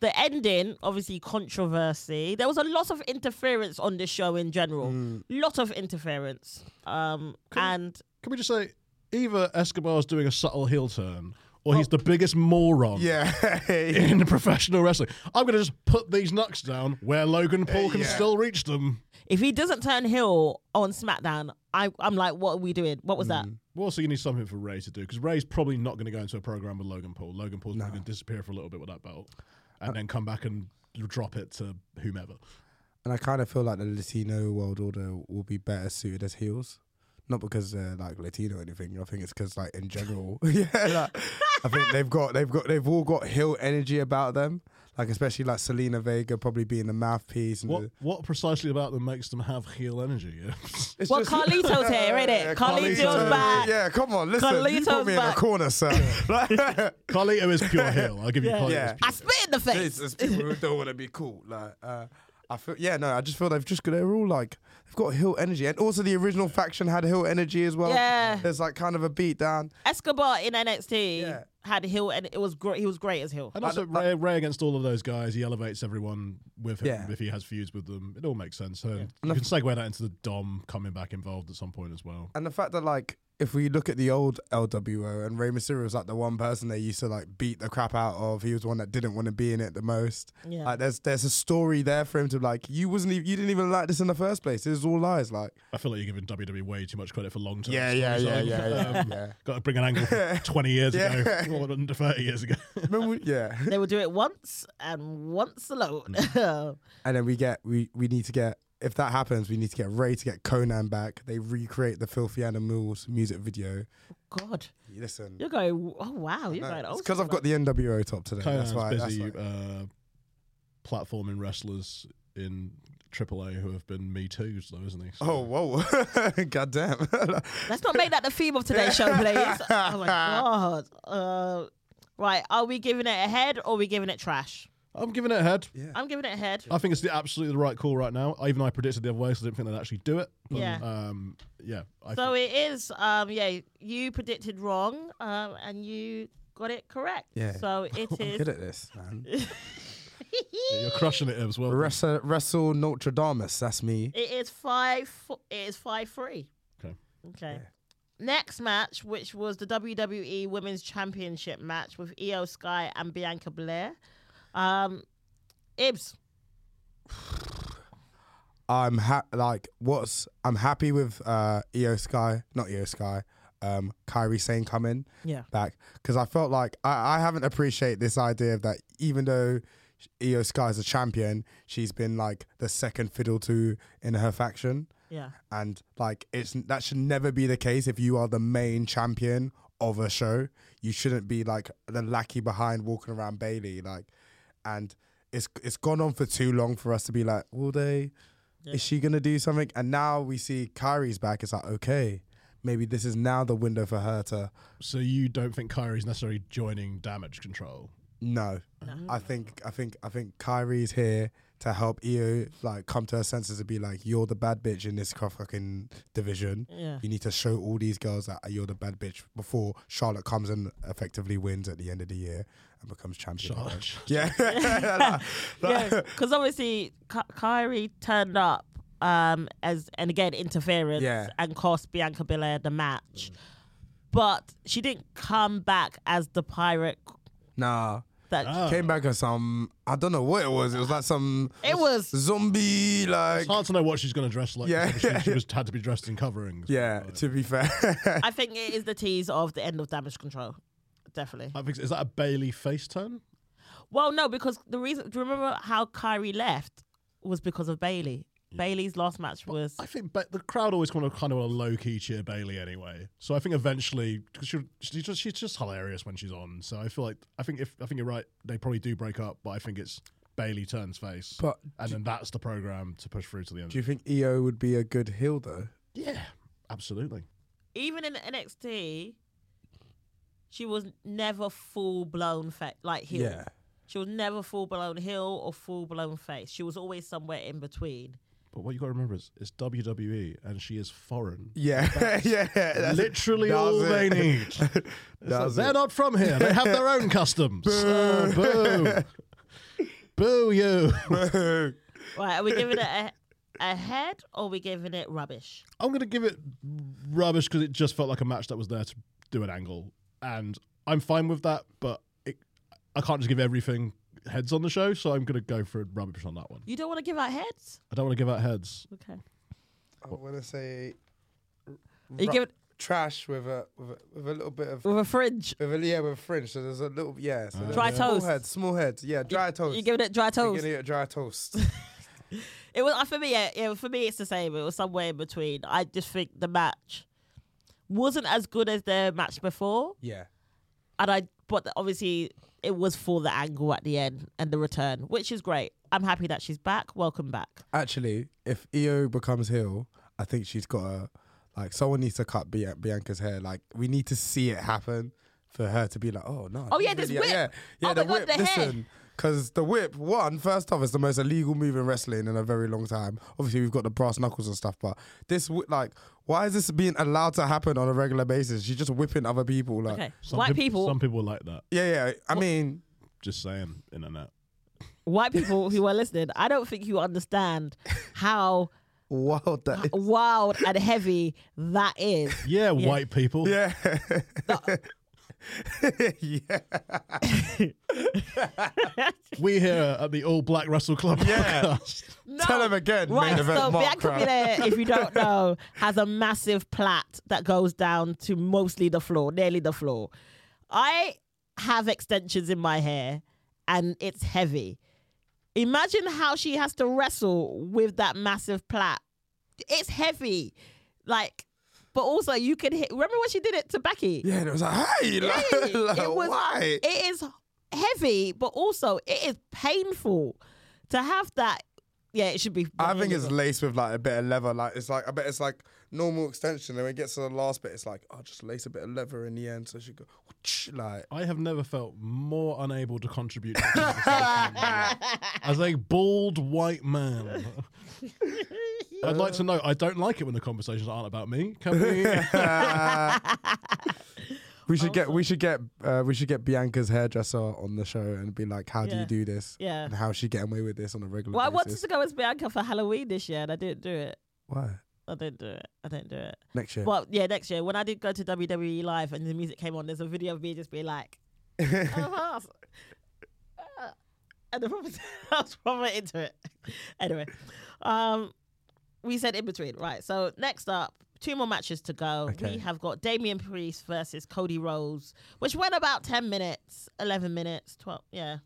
[SPEAKER 2] the ending, obviously, controversy. There was a lot of interference on this show in general. Lot of interference. Um, and
[SPEAKER 4] Can we just say either Escobar's doing a subtle heel turn or he's the biggest
[SPEAKER 3] Oh.
[SPEAKER 4] moron
[SPEAKER 3] Yeah.
[SPEAKER 4] in professional wrestling. I'm going to just put these nuts down where Logan Paul can
[SPEAKER 3] Uh, yeah.
[SPEAKER 4] still reach them.
[SPEAKER 2] If he doesn't turn heel on SmackDown, I, I'm like, what are we doing? What was that?
[SPEAKER 4] Well, also, you need something for Ray to do because Ray's probably not going to go into a program with Logan Paul. Logan Paul's probably going to disappear for a little bit with that belt
[SPEAKER 3] Uh,
[SPEAKER 4] and then come back and drop it to whomever.
[SPEAKER 3] and I kind of feel like the Latino world order will be better suited as heels. Not because they're like Latino or anything. I think it's because like in general, yeah. Like, I think they've got they've got they've all got heel energy about them. Like especially like Selena Vega probably being the mouthpiece. And
[SPEAKER 4] What
[SPEAKER 3] the-
[SPEAKER 4] what precisely about them makes them have heel energy? Yeah?
[SPEAKER 3] It's
[SPEAKER 2] Well,
[SPEAKER 3] just-
[SPEAKER 2] Carlito's here, ain't it? Carlito's,
[SPEAKER 4] Carlito's
[SPEAKER 2] back.
[SPEAKER 3] Yeah, come on, listen. you put
[SPEAKER 2] Carlito's
[SPEAKER 3] me in a
[SPEAKER 2] back.
[SPEAKER 3] corner, sir.
[SPEAKER 4] Oh,
[SPEAKER 3] Like,
[SPEAKER 4] Carlito is pure heel. I'll give you Carlito.
[SPEAKER 3] Yeah.
[SPEAKER 4] Yeah.
[SPEAKER 2] I spit in the face.
[SPEAKER 3] There's, there's people who don't want to be cool. Like, uh, I feel, yeah, no, I just feel they've just got, they're all like, they've got hill energy. And also the original faction had hill energy as well.
[SPEAKER 2] Yeah.
[SPEAKER 3] There's like kind of a beat down.
[SPEAKER 2] Escobar in NXT
[SPEAKER 3] Yeah.
[SPEAKER 2] had heel, and it was great. He was great as heel.
[SPEAKER 4] And also, Ray, Ray against all of those guys, he elevates everyone with him
[SPEAKER 3] Yeah.
[SPEAKER 4] if he has feuds with them. It all makes sense. So you can segue that into the Dom coming back involved at some point as well.
[SPEAKER 3] And the fact that like, if we look at the old LWO and Rey Mysterio was like the one person they used to like beat the crap out of. He was the one that didn't want to be in it the most.
[SPEAKER 2] Yeah.
[SPEAKER 3] Like there's there's a story there for him to like you wasn't even, you didn't even like this in the first place. It was all lies. Like
[SPEAKER 4] I feel like you're giving WWE way too much credit for long term.
[SPEAKER 3] Yeah, yeah, yeah,
[SPEAKER 4] storytelling.
[SPEAKER 3] yeah, yeah,
[SPEAKER 4] Um,
[SPEAKER 3] yeah.
[SPEAKER 4] Got to bring an angle from 20 years
[SPEAKER 3] Yeah.
[SPEAKER 4] ago, more than 30 years ago.
[SPEAKER 3] remember when- yeah.
[SPEAKER 2] They would do it once and once alone.
[SPEAKER 3] and then we get we we need to get if that happens we need to get Ray to get Conan back. They recreate the Filthy Animals music video.
[SPEAKER 2] God,
[SPEAKER 3] Listen,
[SPEAKER 2] you're going. Oh wow, you're going. old
[SPEAKER 3] because I've
[SPEAKER 2] school.
[SPEAKER 3] got the NWO top today. that's
[SPEAKER 4] Conan's
[SPEAKER 3] why.
[SPEAKER 4] busy
[SPEAKER 3] that's why.
[SPEAKER 4] uh, platforming wrestlers in AAA who have been Me Too's, though, isn't he? So-
[SPEAKER 3] Oh whoa! God damn!
[SPEAKER 2] Let's not make that the theme of today's show, please. oh my god. Uh, right, are we giving it a head or are we giving it trash?
[SPEAKER 4] I'm giving it a head.
[SPEAKER 2] I'm giving it a head.
[SPEAKER 3] Oh.
[SPEAKER 4] I think it's the absolutely the right call right now. Even though I predicted the other way, so I didn't think they'd actually do it. But,
[SPEAKER 2] Yeah.
[SPEAKER 4] Um, yeah. I
[SPEAKER 2] So
[SPEAKER 4] think-
[SPEAKER 2] it is. Um, yeah, you predicted wrong, um, and you got it correct.
[SPEAKER 3] Yeah.
[SPEAKER 2] So it
[SPEAKER 3] I'm good
[SPEAKER 2] is.
[SPEAKER 3] at this, man.
[SPEAKER 4] you're crushing it as well.
[SPEAKER 3] Wrestle, wrestle Notre Dame. That's me.
[SPEAKER 2] It is five. fo- It is five three.
[SPEAKER 4] Okay.
[SPEAKER 2] Okay. Next match, which was the WWE Women's Championship match with Io Sky and Bianca Blair. Um, Ibs.
[SPEAKER 3] I'm ha- like what's I'm happy with uh Io Sky, not Io Sky, um Kyrie Sane coming
[SPEAKER 2] Yeah.
[SPEAKER 3] back because I felt like I, I haven't appreciated this idea of that even though Io Sky is a champion, she's been like the second fiddle to in her faction,
[SPEAKER 2] Yeah.
[SPEAKER 3] and like it's that should never be the case if you are the main champion of a show. You shouldn't be like the lackey behind walking around Bailey like, and. It's, it's gone on for too long for us to be like, will they? Is she gonna do something? And now we see Kyrie's back. It's like okay, maybe this is now the window for her to
[SPEAKER 4] So you don't think Kyrie's necessarily joining damage control?
[SPEAKER 3] no. I think I think I think Kyrie's here to help Io like come to her senses and be like, you're the bad bitch in this cro- fucking division.
[SPEAKER 2] Yeah.
[SPEAKER 3] You need to show all these girls that you're the bad bitch before Charlotte comes and effectively wins at the end of the year and becomes champion.
[SPEAKER 4] Charlotte.
[SPEAKER 3] Yeah.
[SPEAKER 2] Yeah, because obviously Ky- Kyrie turned up um, as and again interference
[SPEAKER 3] Yeah.
[SPEAKER 2] and cost Bianca Belair the match, but she didn't come back as the pirate
[SPEAKER 3] nah.
[SPEAKER 2] that
[SPEAKER 3] Came back with some I don't know what it was. It was like some
[SPEAKER 2] it was.
[SPEAKER 3] zombie like
[SPEAKER 4] It's hard to know what she's going to dress like.
[SPEAKER 3] Yeah.
[SPEAKER 4] Yeah, she, she was had to be dressed in coverings.
[SPEAKER 3] Yeah, to be fair.
[SPEAKER 2] I think it is the tease of the end of damage control. Definitely.
[SPEAKER 4] I think, is that a Bailey face turn?
[SPEAKER 2] Well, no, because the reason. Do you remember how Kyrie left was because of Bailey? Bailey's last match was.
[SPEAKER 4] I think ba- the crowd always kind of kind of a low key cheer Bailey anyway. So I think eventually because she, she's just she's just hilarious when she's on. So I feel like I think if I think you're right, they probably do break up. But I think it's Bailey turns face,
[SPEAKER 3] But
[SPEAKER 4] and then that's the program to push through to the end.
[SPEAKER 3] do you think EO would be a good heel though?
[SPEAKER 4] yeah, absolutely.
[SPEAKER 2] even in NXT, she was never full blown fa- like heel.
[SPEAKER 3] Yeah.
[SPEAKER 2] She was never full blown heel or full blown face. She was always somewhere in between.
[SPEAKER 4] But what you got to remember is it's WWE, and she is foreign.
[SPEAKER 3] Yeah, yeah. that's-
[SPEAKER 4] Literally
[SPEAKER 3] that
[SPEAKER 4] all
[SPEAKER 3] was
[SPEAKER 4] they
[SPEAKER 3] it.
[SPEAKER 4] need. It's like,
[SPEAKER 3] was
[SPEAKER 4] they're
[SPEAKER 3] it.
[SPEAKER 4] not from here. They have their own customs. Oh, boo. boo you.
[SPEAKER 2] Right? Are we giving it a, a head or are we giving it rubbish?
[SPEAKER 4] I'm going to give it rubbish because it just felt like a match that was there to do an angle. And I'm fine with that, but it, I can't just give everything heads on the show, so I'm going to go for rubbish on that one.
[SPEAKER 2] You don't want to give out heads?
[SPEAKER 4] I don't want to give out heads.
[SPEAKER 2] Okay.
[SPEAKER 5] I'm gonna say
[SPEAKER 2] You
[SPEAKER 5] ru-
[SPEAKER 2] give it
[SPEAKER 5] trash with a, with a with a little bit of
[SPEAKER 2] with a fringe.
[SPEAKER 5] with a yeah with a fringe. So there's a little yeah.
[SPEAKER 4] Uh,
[SPEAKER 5] So there's
[SPEAKER 2] Dry
[SPEAKER 5] a small
[SPEAKER 2] toast.
[SPEAKER 5] head, small head. Yeah, dry toast.
[SPEAKER 2] You're giving it dry
[SPEAKER 5] You're
[SPEAKER 2] toast.
[SPEAKER 5] gonna get dry toast.
[SPEAKER 2] It was uh, for me. Yeah, yeah, for me, it's the same. It was somewhere in between. I just think the match wasn't as good as their match before,
[SPEAKER 5] yeah,
[SPEAKER 2] and I but obviously it was for the angle at the end and the return, which is great. I'm happy that she's back. Welcome back.
[SPEAKER 3] Actually, if Io becomes heel, I think she's got a like someone needs to cut Bian- Bianca's hair. Like we need to see it happen for her to be like, oh no.
[SPEAKER 2] Oh,
[SPEAKER 3] she's
[SPEAKER 2] yeah, this whip.
[SPEAKER 3] Yeah, yeah,
[SPEAKER 2] Oh
[SPEAKER 3] the
[SPEAKER 2] my God,
[SPEAKER 3] whip.
[SPEAKER 2] the hair.
[SPEAKER 3] listen, because the whip one first off is the most illegal move in wrestling in a very long time. Obviously, we've got the brass knuckles and stuff, but this whi- like why is this being allowed to happen on a regular basis? She's just whipping other people. Like
[SPEAKER 2] Okay,
[SPEAKER 4] Some
[SPEAKER 2] white
[SPEAKER 4] peop-
[SPEAKER 2] people,
[SPEAKER 4] Some people like that.
[SPEAKER 3] yeah, yeah. I mean,
[SPEAKER 4] Just saying, internet.
[SPEAKER 2] white people who are listening. I don't think you understand how
[SPEAKER 3] wow,
[SPEAKER 2] Uh,
[SPEAKER 3] that is.
[SPEAKER 2] oh. wild and heavy that is.
[SPEAKER 4] Yeah, white people.
[SPEAKER 3] Yeah. yeah.
[SPEAKER 4] We here at the All Black Wrestle Club
[SPEAKER 3] Yeah.
[SPEAKER 4] podcast.
[SPEAKER 2] No.
[SPEAKER 3] Tell him again,
[SPEAKER 2] Right,
[SPEAKER 3] main event
[SPEAKER 2] so
[SPEAKER 3] Mark
[SPEAKER 2] Bianca
[SPEAKER 3] Crown.
[SPEAKER 2] Belair, if you don't know, has a massive plait that goes down to mostly the floor, nearly the floor. I have extensions in my hair and it's heavy. Imagine how she has to wrestle with that massive plait. It's heavy. Like, but also you can hit. Remember when she did it to Becky?
[SPEAKER 3] Yeah, and it was like, hey, like,
[SPEAKER 2] Hey,
[SPEAKER 3] like,
[SPEAKER 2] it was-
[SPEAKER 3] why?
[SPEAKER 2] it is heavy, but also it is painful to have that. Yeah, it should be.
[SPEAKER 3] I think it's laced with like a bit of leather. Like it's like I bet it's like normal extension. And when it gets to the last bit, it's like I'll just lace a bit of leather in the end. So she go like
[SPEAKER 4] I have never felt more unable to contribute to the conversation as a bald white man. I'd like to know. I don't like it when the conversations aren't about me. Can we?
[SPEAKER 3] we should get we should get uh, we should get Bianca's hairdresser on the show and be like, how do
[SPEAKER 2] Yeah.
[SPEAKER 3] you do this?
[SPEAKER 2] Yeah.
[SPEAKER 3] and how is she getting away with this on a regular?
[SPEAKER 2] Well, I wanted
[SPEAKER 3] basis?
[SPEAKER 2] to go as Bianca for Halloween this year, and I didn't do it.
[SPEAKER 3] why
[SPEAKER 2] I didn't do it. I didn't do it.
[SPEAKER 3] next year?
[SPEAKER 2] Well, yeah, next year when I did go to WWE live and the music came on, there's a video of me just being like, uh-huh. Uh, and the proper, I was proper into it. anyway, um, we said in between, right? So next up, two more matches to go.
[SPEAKER 3] Okay.
[SPEAKER 2] We have got Damian Priest versus Cody Rhodes, which went about ten minutes, eleven minutes, twelve. Yeah,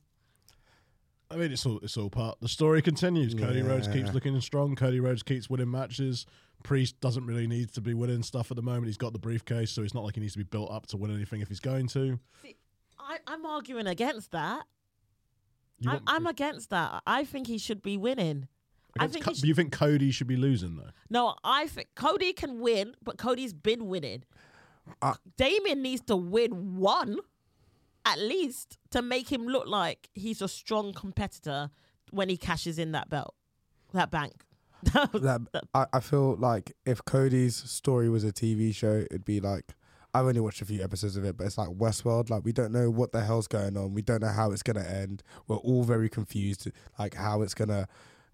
[SPEAKER 4] I mean, it's all it's all part. The story continues. Cody Rhodes keeps
[SPEAKER 3] Yeah.
[SPEAKER 4] looking strong. Cody Rhodes keeps winning matches. Priest doesn't really need to be winning stuff at the moment. He's got the briefcase, so it's not like he needs to be built up to win anything if he's going to.
[SPEAKER 2] I, I'm arguing against that.
[SPEAKER 4] You
[SPEAKER 2] I'm,
[SPEAKER 4] want-
[SPEAKER 2] I'm against that. I think he should be winning. I
[SPEAKER 4] against
[SPEAKER 2] think
[SPEAKER 4] Co-
[SPEAKER 2] he should-
[SPEAKER 4] you think Cody should be losing though.
[SPEAKER 2] No, I think Cody can win, but Cody's been winning.
[SPEAKER 3] Uh,
[SPEAKER 2] Damien needs to win one at least to make him look like he's a strong competitor when he cashes in that belt, that bank.
[SPEAKER 3] that I, I feel like if Cody's story was a TV show, it'd be like I've only watched a few episodes of it, but it's like Westworld. Like we don't know what the hell's going on. We don't know how it's gonna end. We're all very confused, like how it's gonna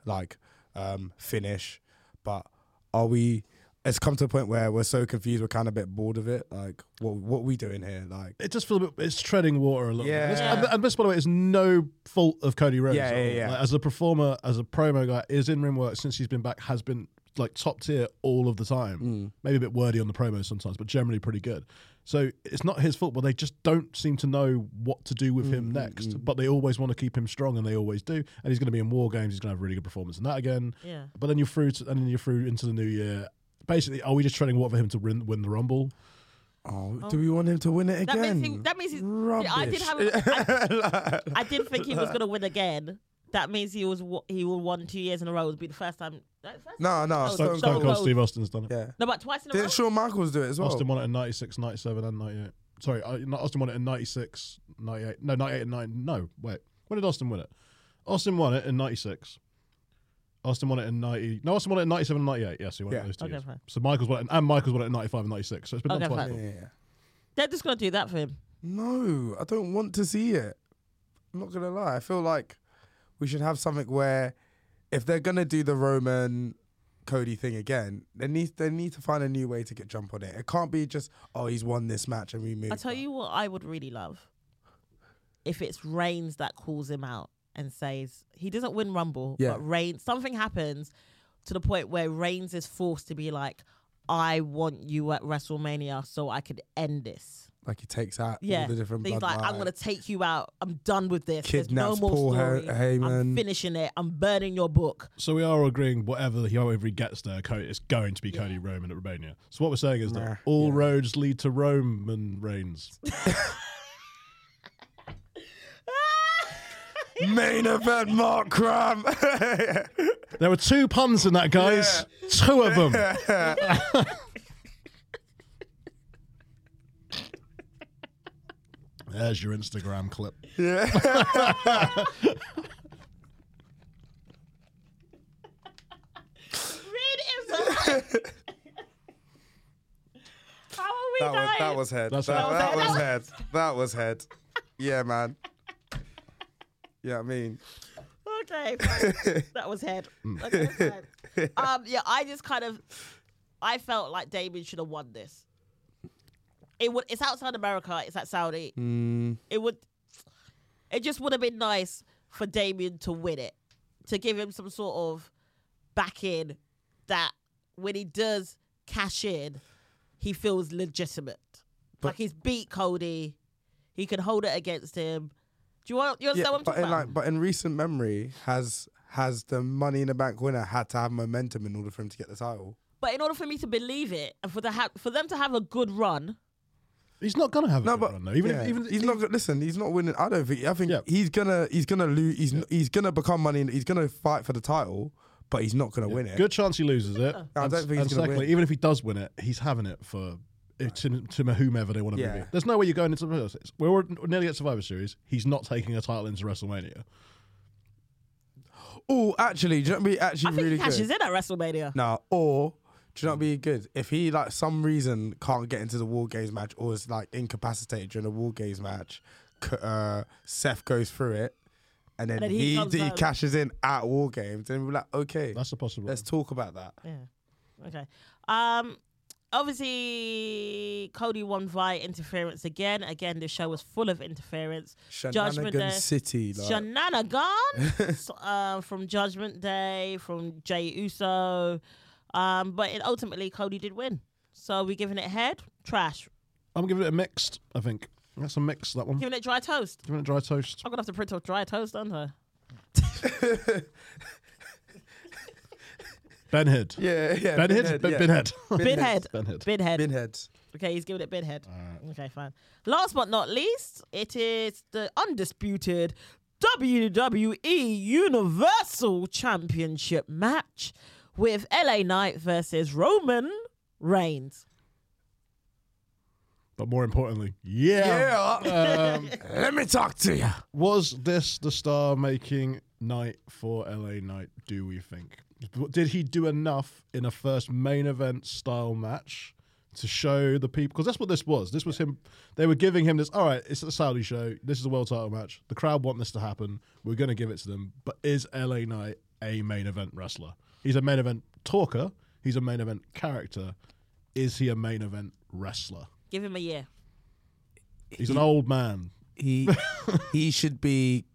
[SPEAKER 3] like um, finish. But are we? It's come to a point where we're so confused. We're kind of a bit bored of it. Like what what we doing here? Like
[SPEAKER 4] It just feels a bit. It's treading water a little
[SPEAKER 3] Yeah.
[SPEAKER 4] bit. It's- And, and this, by the way, is no fault of Cody Rhodes.
[SPEAKER 3] Yeah,
[SPEAKER 4] at
[SPEAKER 3] yeah,
[SPEAKER 4] all.
[SPEAKER 3] yeah.
[SPEAKER 4] Like, as a performer, as a promo guy, is in ring work since he's been back has been like top tier all of the time.
[SPEAKER 3] Hmm.
[SPEAKER 4] Maybe a bit wordy on the promos sometimes, but generally pretty good. So it's not his fault, but they just don't seem to know what to do with
[SPEAKER 3] Hmm,
[SPEAKER 4] him next. But they always want to keep him strong, and they always do. And he's going to be in war games. He's going to have a really good performance in that again.
[SPEAKER 2] Yeah.
[SPEAKER 4] But then you're through, to, and then you're through into the new year. Basically, are we just treading water for him to win, win the rumble?
[SPEAKER 3] oh, do we want him to win it
[SPEAKER 2] That
[SPEAKER 3] again?
[SPEAKER 2] means he, that means he's. yeah, I did have. I, I did think he was gonna win again. That means he was. wa- He will won two years in a row. It would be the first time. no, first-
[SPEAKER 3] no, no,
[SPEAKER 2] Oh,
[SPEAKER 3] Stone
[SPEAKER 4] Stone,
[SPEAKER 2] Stone
[SPEAKER 4] Cold
[SPEAKER 3] Cold.
[SPEAKER 2] Cold.
[SPEAKER 4] Steve Austin's done it.
[SPEAKER 3] Yeah,
[SPEAKER 2] No, but twice in a row.
[SPEAKER 3] didn't Shawn Michaels do it as well?
[SPEAKER 4] Austin won it in 96, 97, and 98. Sorry, I, no, Austin won it in 96, 98. No, 98 and 9. No, wait. When did Austin win it? Austin won it in 96. Austin won it in 90. No, Austin won it in 97 and 98. Yes, he won it
[SPEAKER 3] Yeah.
[SPEAKER 4] in those two
[SPEAKER 2] Okay,
[SPEAKER 4] years.
[SPEAKER 2] fine.
[SPEAKER 4] So Michaels won it, and Michaels won it in 95 and 96. So it's been
[SPEAKER 2] Okay,
[SPEAKER 4] done twice.
[SPEAKER 2] fine.
[SPEAKER 3] yeah,
[SPEAKER 4] before.
[SPEAKER 3] yeah, yeah.
[SPEAKER 2] They're just gonna do that for him.
[SPEAKER 3] No, I don't want to see it. I'm not gonna lie. I feel like we should have something where if they're gonna do the Roman Cody thing again. They need they need to find a new way to get jump on it. It can't be just oh he's won this match and we move.
[SPEAKER 2] I tell you what, I would really love if it's Reigns that calls him out and says he doesn't win Rumble,
[SPEAKER 3] Yeah.
[SPEAKER 2] but Reigns something happens to the point where Reigns is forced to be like, "I want you at WrestleMania so I could end this."
[SPEAKER 3] like he takes out
[SPEAKER 2] Yeah,
[SPEAKER 3] all the different.
[SPEAKER 2] he's like, "I'm
[SPEAKER 3] bloodlines.
[SPEAKER 2] gonna take you out. I'm done with this. There's no
[SPEAKER 3] Kidnaps
[SPEAKER 2] more
[SPEAKER 3] Paul
[SPEAKER 2] story.
[SPEAKER 3] Hey- Heyman.
[SPEAKER 2] I'm finishing it. I'm burning your book."
[SPEAKER 4] So we are agreeing whatever he however he gets there, Cody it's going to be Cody Roman at Romania. So what we're saying is that
[SPEAKER 3] Nah,
[SPEAKER 4] all roads lead to Roman Reigns.
[SPEAKER 3] main event Mark Cram.
[SPEAKER 4] there were two puns in that, guys. Two of them. There's your Instagram clip.
[SPEAKER 2] Read it. How are we
[SPEAKER 5] That was,
[SPEAKER 2] dying?
[SPEAKER 5] that was head. That,
[SPEAKER 4] That's
[SPEAKER 5] that,
[SPEAKER 4] right.
[SPEAKER 5] was head. That was head. Yeah, man. Yeah, I mean,
[SPEAKER 2] Okay. fine. that was head. Okay, fine. um, yeah, I just kind of I felt like Damien should have won this. It would it's outside America, it's at Saudi.
[SPEAKER 3] Mm.
[SPEAKER 2] It would it just would have been nice for Damien to win it. To give him some sort of back in that when he does cash in, he feels legitimate. like he's beat Cody. He can hold it against him. Do you want you understand
[SPEAKER 3] Yeah,
[SPEAKER 2] what I'm
[SPEAKER 3] but
[SPEAKER 2] talking
[SPEAKER 3] in
[SPEAKER 2] about?
[SPEAKER 3] like, but in recent memory, has has the Money in the Bank winner had to have momentum in order for him to get the title?
[SPEAKER 2] But in order for me to believe it and for the ha- for them to have a good run,
[SPEAKER 4] He's not gonna have a
[SPEAKER 3] No,
[SPEAKER 4] good
[SPEAKER 3] but
[SPEAKER 4] run though. Even
[SPEAKER 3] yeah.
[SPEAKER 4] if, even
[SPEAKER 3] he's not. go- Listen, he's not winning. I don't think. I think
[SPEAKER 4] Yeah.
[SPEAKER 3] he's gonna. He's gonna lose. He's he's gonna become money. in- He's gonna fight for the title, but he's not gonna win it.
[SPEAKER 4] Good chance he loses it. And,
[SPEAKER 3] don't think he's
[SPEAKER 4] and
[SPEAKER 3] gonna
[SPEAKER 4] secondly,
[SPEAKER 3] win.
[SPEAKER 4] even if he does win it, he's having it for it to, to whomever they want to
[SPEAKER 3] Yeah.
[SPEAKER 4] be. There's no way you're going into Survivor Series. We're already- nearly at Survivor Series. He's not taking a title into WrestleMania.
[SPEAKER 3] Oh, actually, do you know what would be actually
[SPEAKER 2] I think
[SPEAKER 3] really
[SPEAKER 2] he cashes
[SPEAKER 3] good?
[SPEAKER 2] in at WrestleMania.
[SPEAKER 3] Nah, or do you know
[SPEAKER 2] Hmm.
[SPEAKER 3] what would be good if he like some reason can't get into the War Games match or is like incapacitated during the War Games match? c- Uh, Seth goes through it, and then,
[SPEAKER 2] then he
[SPEAKER 3] he
[SPEAKER 2] comes
[SPEAKER 3] he,
[SPEAKER 2] home.
[SPEAKER 3] cashes in at War Games, and we're like, okay,
[SPEAKER 4] That's a possible.
[SPEAKER 3] let's talk about that.
[SPEAKER 2] Yeah. Okay. Um. Obviously, Cody won via interference again. Again, the show was full of interference. Judgment
[SPEAKER 3] Shenanigan
[SPEAKER 2] Day.
[SPEAKER 3] City, like,
[SPEAKER 2] Shenanigans uh, from Judgment Day, from Jay Uso. Um, but it ultimately, Cody did win. So we're giving it head, trash.
[SPEAKER 4] I'm giving it a mixed. I think that's a mix. That one.
[SPEAKER 2] Giving it dry toast.
[SPEAKER 4] Giving it dry toast.
[SPEAKER 2] I'm going to have to print off dry toast, aren't I?
[SPEAKER 4] Ben Head.
[SPEAKER 5] yeah, yeah.
[SPEAKER 4] Ben Head.
[SPEAKER 5] yeah.
[SPEAKER 4] Ben Head.
[SPEAKER 2] Bidhead.
[SPEAKER 4] Bedhead.
[SPEAKER 2] Bidhead.
[SPEAKER 5] Binhead.
[SPEAKER 2] Okay, he's giving it bedhead. Okay, fine. Last but not least, it is the undisputed WWE Universal Championship match with LA Knight versus Roman Reigns.
[SPEAKER 4] But more importantly, yeah. Um,
[SPEAKER 3] Yeah. Let me talk to you.
[SPEAKER 4] Was this the star-making night for LA Knight? Do we think? Did he do enough in a first main event style match to show the people? Because that's what this was. This was him. They were giving him this. All right, it's a Saudi show. This is a world title match. The crowd want this to happen. We're going to give it to them. But is LA Knight a main event wrestler? He's a main event talker. He's a main event character. Is he a main event wrestler?
[SPEAKER 2] Give him a year.
[SPEAKER 4] He's an old man.
[SPEAKER 3] He he should be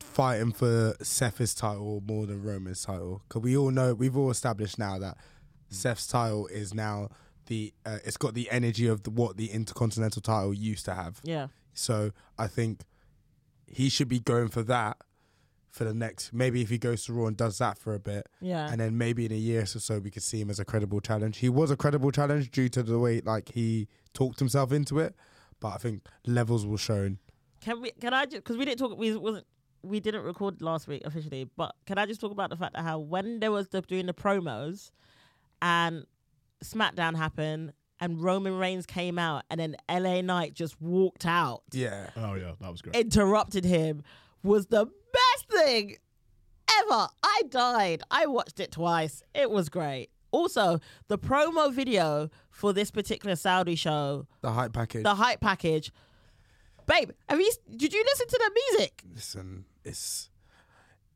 [SPEAKER 3] fighting for Seth's title more than Roman's title because we all know we've all established now that Seth's title is now the uh, it's got the energy of the, what the Intercontinental title used to have.
[SPEAKER 2] Yeah.
[SPEAKER 3] So I think he should be going for that for the next. Maybe if he goes to Raw and does that for a bit,
[SPEAKER 2] Yeah.
[SPEAKER 3] and then maybe in a year or so we could see him as a credible challenge. He was a credible challenge due to the way like he talked himself into it, but I think levels were shown.
[SPEAKER 2] Can we? Can I just? Because we didn't talk. We wasn't. We didn't record last week officially. But can I just talk about the fact that how when there was the doing the promos, and SmackDown happened, and Roman Reigns came out, and then LA Knight just walked out,
[SPEAKER 3] Yeah,
[SPEAKER 4] Oh yeah, that was great.
[SPEAKER 2] interrupted him, was the best thing ever. I died. I watched it twice. It was great. Also, the promo video for this particular Saudi show
[SPEAKER 3] the hype package.
[SPEAKER 2] the hype package. Babe, have you, did you listen to the music?
[SPEAKER 3] Listen, it's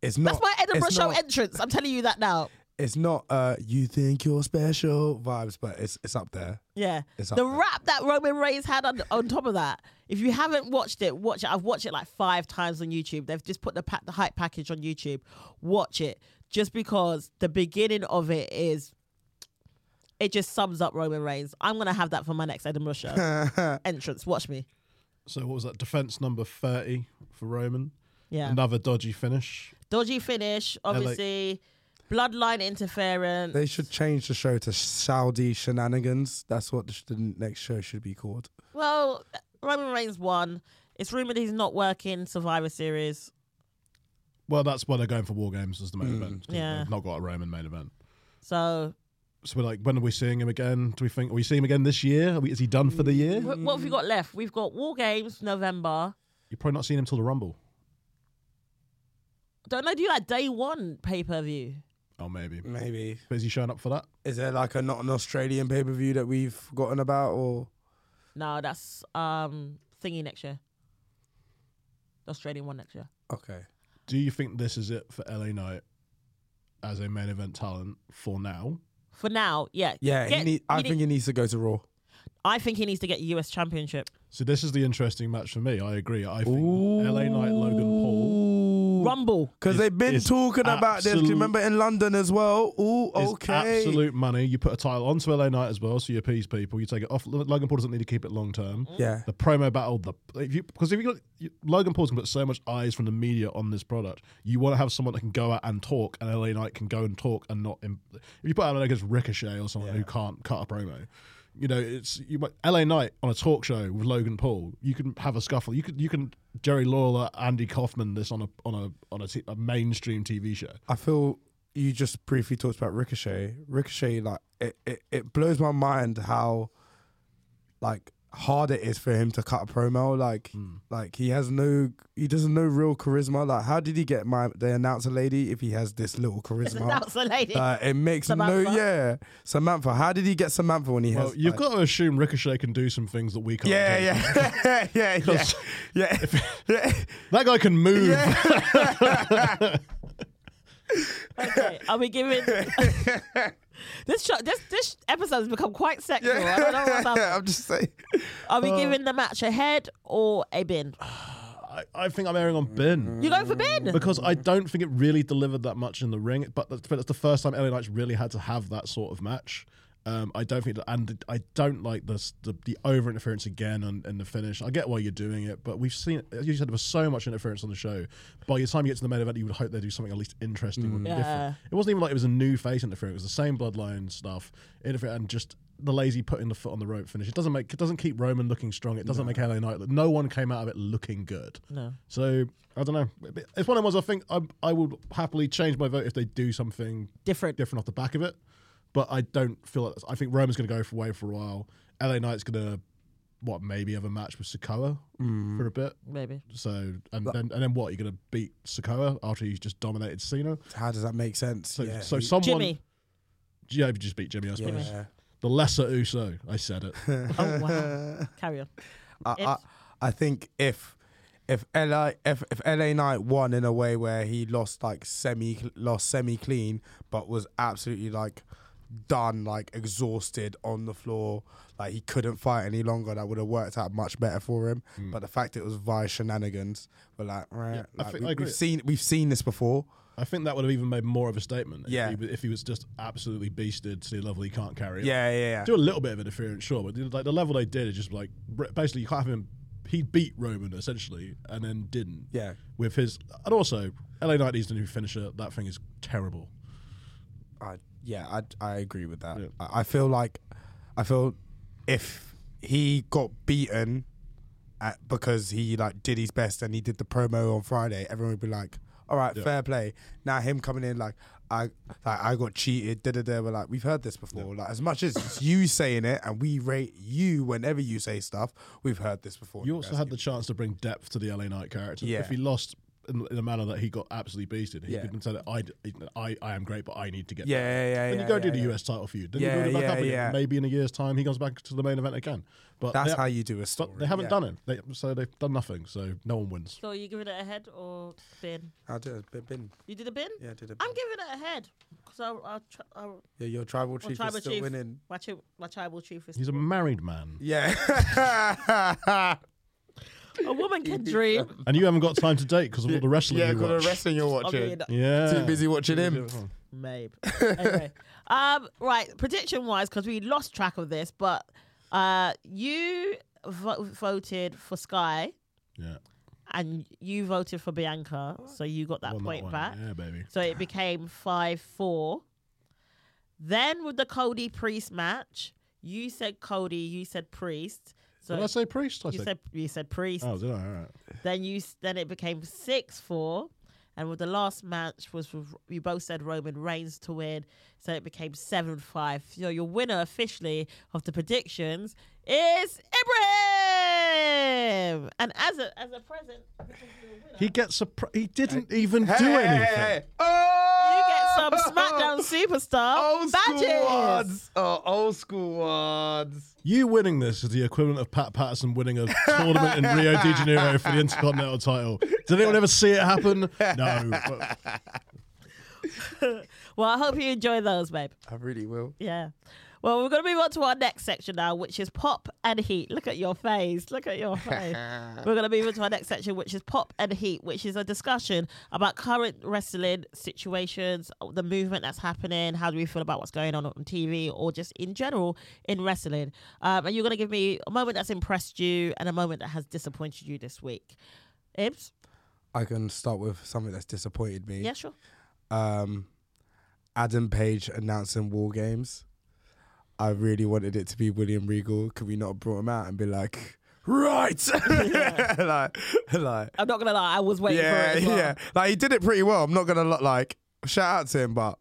[SPEAKER 3] it's not.
[SPEAKER 2] That's my Edinburgh
[SPEAKER 3] it's
[SPEAKER 2] show
[SPEAKER 3] not-
[SPEAKER 2] entrance. I'm telling you that now.
[SPEAKER 3] it's not uh you think you're special vibes, but it's it's up there.
[SPEAKER 2] Yeah.
[SPEAKER 3] It's
[SPEAKER 2] The
[SPEAKER 3] up there.
[SPEAKER 2] rap that Roman Reigns had on, on top of that. If you haven't watched it, watch it. I've watched it like five times on YouTube. They've just put the, pa- the hype package on YouTube. Watch it just because the beginning of it is. It just sums up Roman Reigns. I'm going to have that for my next Edinburgh show. Entrance. Watch me.
[SPEAKER 4] So what was that? Defense number thirty for Roman.
[SPEAKER 2] Yeah.
[SPEAKER 4] Another dodgy finish.
[SPEAKER 2] Dodgy finish, obviously. Bloodline interference.
[SPEAKER 3] They should change the show to Saudi Shenanigans. That's what the, sh- the next show should be called.
[SPEAKER 2] Well, Roman Reigns won. It's rumored he's not working Survivor Series.
[SPEAKER 4] Well, that's why they're going for war games as the main event. 'cause
[SPEAKER 2] Mm. Yeah.
[SPEAKER 4] they've not got a Roman main event.
[SPEAKER 2] So,
[SPEAKER 4] So we're like, when are we seeing him again? Do we think are we seeing him again this year? Are we, is he done
[SPEAKER 2] Mm.
[SPEAKER 4] for the year?
[SPEAKER 2] wh- what have we got left? We've got War Games, November.
[SPEAKER 4] You're probably not seeing him till the Rumble.
[SPEAKER 2] Don't know, do you like day one pay per view?
[SPEAKER 4] Oh, maybe.
[SPEAKER 2] Mm.
[SPEAKER 3] Maybe
[SPEAKER 4] But is he showing up for that?
[SPEAKER 3] is there like a not an Australian pay per view that we've forgotten about or
[SPEAKER 2] No, that's um thingy next year. The Australian one next year.
[SPEAKER 3] okay?
[SPEAKER 4] Do you think this is it for LA Knight as a main event talent for now?
[SPEAKER 2] For now, yeah.
[SPEAKER 3] Yeah, he
[SPEAKER 2] Get-
[SPEAKER 3] need, I
[SPEAKER 2] you
[SPEAKER 3] think
[SPEAKER 2] need-
[SPEAKER 3] he needs to go to Raw.
[SPEAKER 2] I think he needs to get US championship.
[SPEAKER 4] So this is the interesting match for me. I agree. I think LA Knight, Logan Paul
[SPEAKER 2] Rumble.
[SPEAKER 3] Because
[SPEAKER 4] is-
[SPEAKER 3] they've been
[SPEAKER 4] is
[SPEAKER 3] talking about this. Do you
[SPEAKER 4] absolute-
[SPEAKER 3] remember in London as well? Ooh,
[SPEAKER 4] is
[SPEAKER 3] okay.
[SPEAKER 4] absolute money. You put a title onto LA Knight as well, so you appease people. You take it off. Lo- Logan Paul doesn't need to keep it long term.
[SPEAKER 3] Yeah.
[SPEAKER 4] The promo battle, the if you because if you got you, Logan Paul's gonna put so much eyes from the media on this product, you want to have someone that can go out and talk, and LA Knight can go and talk and not. Im- if you put out like against Ricochet or someone who can't cut a promo, you know it's you. might- LA Knight on a talk show with Logan Paul, you can have a scuffle. You could you can Jerry Lawler, Andy Kaufman this on a on a on a, t- a mainstream TV show.
[SPEAKER 3] I feel you just briefly talked about Ricochet. Ricochet, like it, it, it blows my mind how like hard it is for him to cut a promo. Like
[SPEAKER 4] Hmm.
[SPEAKER 3] like he has no he doesn't know real charisma. Like how did he get my the announcer lady if he has this little
[SPEAKER 2] That's
[SPEAKER 3] charisma?
[SPEAKER 2] the lady.
[SPEAKER 3] Like, it makes no
[SPEAKER 2] Samantha.
[SPEAKER 3] yeah Samantha. How did he get Samantha when he
[SPEAKER 4] Well,
[SPEAKER 3] has?
[SPEAKER 4] you've
[SPEAKER 3] like-
[SPEAKER 4] got to assume Ricochet can do some things that we can't.
[SPEAKER 3] yeah
[SPEAKER 4] do.
[SPEAKER 3] yeah yeah yeah
[SPEAKER 4] 'Cause
[SPEAKER 3] yeah yeah.
[SPEAKER 4] That guy can move.
[SPEAKER 2] Okay, Are we giving this show? This this episode has become quite sexual. I don't know what's happening.
[SPEAKER 3] I'm just saying.
[SPEAKER 2] Are
[SPEAKER 3] Uh.
[SPEAKER 2] we giving the match a head or a bin?
[SPEAKER 4] I, I think I'm erring on Bin.
[SPEAKER 2] You go for bin.
[SPEAKER 4] Because I don't think it really delivered that much in the ring, but that's, but that's the first time LA Knights really had to have that sort of match. Um, I don't think, that, and I don't like this the, the over interference again on, in the finish. I get why you're doing it, but we've seen, as you said, there was so much interference on the show. By the time you get to the main event, you would hope they do something at least interesting or
[SPEAKER 2] Yeah.
[SPEAKER 4] different. It wasn't even like it was a new face interference; it was the same bloodline stuff, interfer- and just the lazy putting the foot on the rope finish. It doesn't make it doesn't keep Roman looking strong. It doesn't make LA Knight look. No one came out of it looking good. No. So I don't know. It's one of those I think I I would happily change my vote if they do something
[SPEAKER 2] Different.
[SPEAKER 4] different off the back of it. But I don't feel like I think Roman's going to go for away for a while. LA Knight's going to what maybe have a match with Sokoa for a bit.
[SPEAKER 2] Maybe.
[SPEAKER 4] So and then and then what you're going to beat Sokoa after he's just dominated Cena.
[SPEAKER 3] How does that make sense?
[SPEAKER 4] So
[SPEAKER 3] yeah,
[SPEAKER 4] so
[SPEAKER 3] he-
[SPEAKER 4] someone
[SPEAKER 2] Jimmy.
[SPEAKER 4] yeah you just beat Jimmy I suppose.
[SPEAKER 3] yeah.
[SPEAKER 4] The lesser Uso, I said it.
[SPEAKER 2] Oh wow. Carry on.
[SPEAKER 3] I,
[SPEAKER 2] If-
[SPEAKER 3] I, I think if if LA if, if LA Knight won in a way where he lost like semi lost semi clean but was absolutely like done like exhausted on the floor like he couldn't fight any longer that would have worked out much better for him but the fact it was via shenanigans we're like, right,
[SPEAKER 4] Hmm. I
[SPEAKER 3] like,
[SPEAKER 4] think-
[SPEAKER 3] we,
[SPEAKER 4] I agree.
[SPEAKER 3] we've seen we've seen this before
[SPEAKER 4] I think that would have even made more of a statement. if
[SPEAKER 3] Yeah.
[SPEAKER 4] he was- If he, was just absolutely beasted to the level he can't carry. it.
[SPEAKER 3] yeah yeah
[SPEAKER 4] Do
[SPEAKER 3] yeah
[SPEAKER 4] a little bit of interference, sure, but the- like the level they did is just like br- basically you can't have him. He beat Roman essentially, and then didn't.
[SPEAKER 3] Yeah.
[SPEAKER 4] With his and also LA Knight needs a new finisher. That thing is terrible.
[SPEAKER 3] I, yeah I, I agree with that I, I feel like I feel if he got beaten at, because he like did his best and he did the promo on Friday, everyone would be like, "All right, fair play." Now him coming in like I like I got cheated, da da da. We're like, we've heard this before. Like as much as it's you saying it and we rate you whenever you say stuff, we've heard this before.
[SPEAKER 4] You also had the chance to bring depth to the LA Knight character.
[SPEAKER 3] Yeah.
[SPEAKER 4] If he lost in, in a manner that he got absolutely beasted. He
[SPEAKER 5] Yeah.
[SPEAKER 4] couldn't say that I, d- I, I am great, but I need to get.
[SPEAKER 5] Yeah,
[SPEAKER 4] better."
[SPEAKER 5] yeah, yeah,
[SPEAKER 4] Then
[SPEAKER 5] yeah,
[SPEAKER 4] you go
[SPEAKER 5] yeah,
[SPEAKER 4] do the
[SPEAKER 5] yeah.
[SPEAKER 4] US title feud. Then
[SPEAKER 5] Yeah,
[SPEAKER 4] you build it back
[SPEAKER 5] yeah,
[SPEAKER 4] up again.
[SPEAKER 5] yeah.
[SPEAKER 4] Maybe in a year's time he comes back to the main event again. But
[SPEAKER 5] That's
[SPEAKER 4] they-
[SPEAKER 5] how you do a
[SPEAKER 4] but
[SPEAKER 5] story.
[SPEAKER 4] They haven't
[SPEAKER 5] yeah.
[SPEAKER 4] done it, they, so they've done nothing. So no one wins.
[SPEAKER 2] So are you giving it a head or bin?
[SPEAKER 5] I did a bin.
[SPEAKER 2] You did a bin?
[SPEAKER 5] Yeah, I did a bin.
[SPEAKER 2] I'm giving it a head because I'll, I'll, tr- I'll
[SPEAKER 5] Yeah, your tribal
[SPEAKER 2] my
[SPEAKER 5] chief
[SPEAKER 2] tribal
[SPEAKER 5] is still
[SPEAKER 2] chief.
[SPEAKER 5] winning.
[SPEAKER 2] My, tri- my tribal chief is.
[SPEAKER 4] He's a married man,
[SPEAKER 5] Yeah.
[SPEAKER 2] a woman can dream.
[SPEAKER 4] and you haven't got time to date because of all the wrestling.
[SPEAKER 5] yeah,
[SPEAKER 4] you
[SPEAKER 5] got
[SPEAKER 4] watch.
[SPEAKER 5] the wrestling you're
[SPEAKER 2] I
[SPEAKER 5] watching.
[SPEAKER 2] mean,
[SPEAKER 4] Yeah,
[SPEAKER 5] Too busy watching him.
[SPEAKER 2] Maybe. anyway, um, right. Prediction wise, because we lost track of this, but uh, you vo- voted for Sky
[SPEAKER 4] Yeah,
[SPEAKER 2] and you voted for Bianca, so you got that
[SPEAKER 4] Won
[SPEAKER 2] point
[SPEAKER 4] one.
[SPEAKER 2] back.
[SPEAKER 4] Yeah, baby.
[SPEAKER 2] So it became five four. Then with the Cody Priest match, you said Cody, you said Priest. So
[SPEAKER 4] Did I say priest? I
[SPEAKER 2] you
[SPEAKER 4] think.
[SPEAKER 2] said you said Priest.
[SPEAKER 4] Oh, did I? All right.
[SPEAKER 2] Then you s- then it became six four, and with the last match was with, you both said Roman Reigns to win, so it became seven five. So your winner officially of the predictions is Ibrahim. And as a as a present,
[SPEAKER 4] He gets a. Pr- he didn't even
[SPEAKER 5] Hey,
[SPEAKER 4] do
[SPEAKER 5] hey, hey,
[SPEAKER 4] anything.
[SPEAKER 5] hey.
[SPEAKER 2] you
[SPEAKER 5] Oh!
[SPEAKER 2] get some SmackDown superstar
[SPEAKER 5] Old school
[SPEAKER 2] badges.
[SPEAKER 5] odds. Oh, old school odds.
[SPEAKER 4] You winning this is the equivalent of Pat Patterson winning a tournament in Rio de Janeiro for the Intercontinental title. Did anyone ever see it happen? No. But
[SPEAKER 2] Well, I hope you enjoy those, babe.
[SPEAKER 5] I really will.
[SPEAKER 2] Yeah. Well, we're going to move on to our next section now, which is pop and heat. Look at your face. Look at your face. we're going to move on to our next section, which is pop and heat, which is a discussion about current wrestling situations, the movement that's happening, how do we feel about what's going on on TV or just in general in wrestling. Um, and you're going to give me a moment that's impressed you and a moment that has disappointed you this week. Ibs?
[SPEAKER 3] I can start with something that's disappointed me.
[SPEAKER 2] Yeah, sure.
[SPEAKER 3] um, Adam Page announcing War Games. I really wanted it to be William Regal. Could we not have brought him out and be like, right? like, like,
[SPEAKER 2] I'm not going to lie. I was waiting
[SPEAKER 3] yeah,
[SPEAKER 2] for it. as well.
[SPEAKER 3] yeah. Like he did it pretty well. I'm not gonna look like shout out to him, but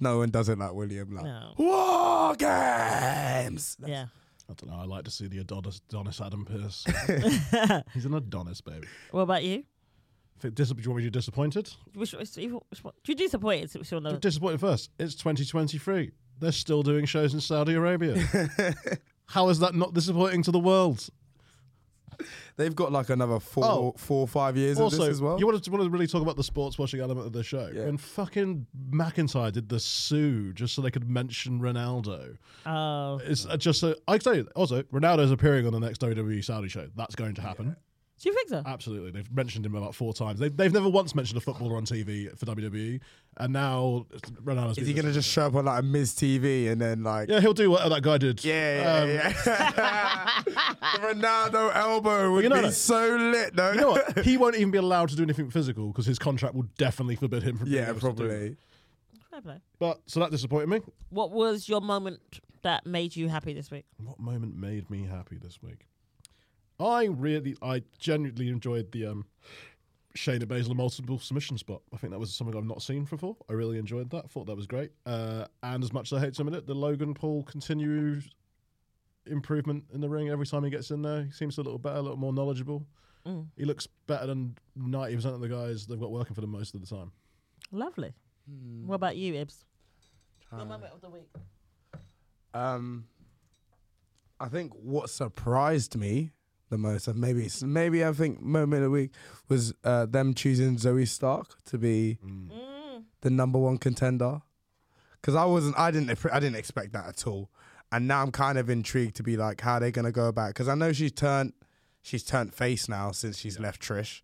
[SPEAKER 3] no one does it like William. Like
[SPEAKER 2] No.
[SPEAKER 3] War Games.
[SPEAKER 2] Oh, Yeah.
[SPEAKER 4] I don't know. I like to see the Adonis, Adonis Adam Pierce. He's an Adonis, baby.
[SPEAKER 2] What about you?
[SPEAKER 4] If it dis- do you want me to be disappointed?
[SPEAKER 2] Which, which, which one? You disappointed? Which one? though?
[SPEAKER 4] Disappointed first. It's 2023. They're still doing shows in Saudi Arabia. How is that not disappointing to the world?
[SPEAKER 3] They've got like another four, four
[SPEAKER 4] Oh.
[SPEAKER 3] or five years of this as well.
[SPEAKER 4] You want to, want to really talk about the sports watching element of the show? When fucking McIntyre did the sue just so they could mention Ronaldo.
[SPEAKER 2] Oh,
[SPEAKER 4] It's uh, just so I can tell you. Also, Ronaldo's appearing on the next WWE Saudi show. That's going to happen.
[SPEAKER 2] do you think so?
[SPEAKER 4] Absolutely, they've mentioned him about four times. They've, they've never once mentioned a footballer on TV for WWE, and now it's- Ronaldo's.
[SPEAKER 3] Is
[SPEAKER 4] been-
[SPEAKER 3] he gonna just show up on like Miz TV and then like
[SPEAKER 4] Yeah, he'll do what that guy did.
[SPEAKER 3] Yeah,
[SPEAKER 4] Um,
[SPEAKER 3] yeah, yeah. the Ronaldo elbow would
[SPEAKER 4] You know
[SPEAKER 3] be
[SPEAKER 4] that-
[SPEAKER 3] so lit, though.
[SPEAKER 4] You know what? He won't even be allowed to do anything physical because his contract will definitely forbid him from. being
[SPEAKER 3] yeah,
[SPEAKER 4] able to do it.
[SPEAKER 3] probably.
[SPEAKER 2] Fair play.
[SPEAKER 4] But so that disappointed me.
[SPEAKER 2] What was your moment that made you happy this week?
[SPEAKER 4] What moment made me happy this week? I really, I genuinely enjoyed the um, Shayna Baszler multiple submission spot. I think that was something I've not seen before. I really enjoyed that. Thought that was great. Uh, and as much as I hate some of it, the Logan Paul continues improvement in the ring every time he gets in there. He seems a little better, a little more knowledgeable. He looks better than ninety percent of the guys they've got working for them most of the time.
[SPEAKER 2] Lovely. What about you, Ibs? Your moment of the week.
[SPEAKER 3] Um, I think what surprised me the most, and maybe it's- maybe I think moment of the week was uh, them choosing Zoe Stark to be the number one contender. Because I wasn't, I didn't, ex- I didn't expect that at all, and now I'm kind of intrigued to be like, how they're gonna go about? Because I know she's turned, she's turned face now since she's left Trish,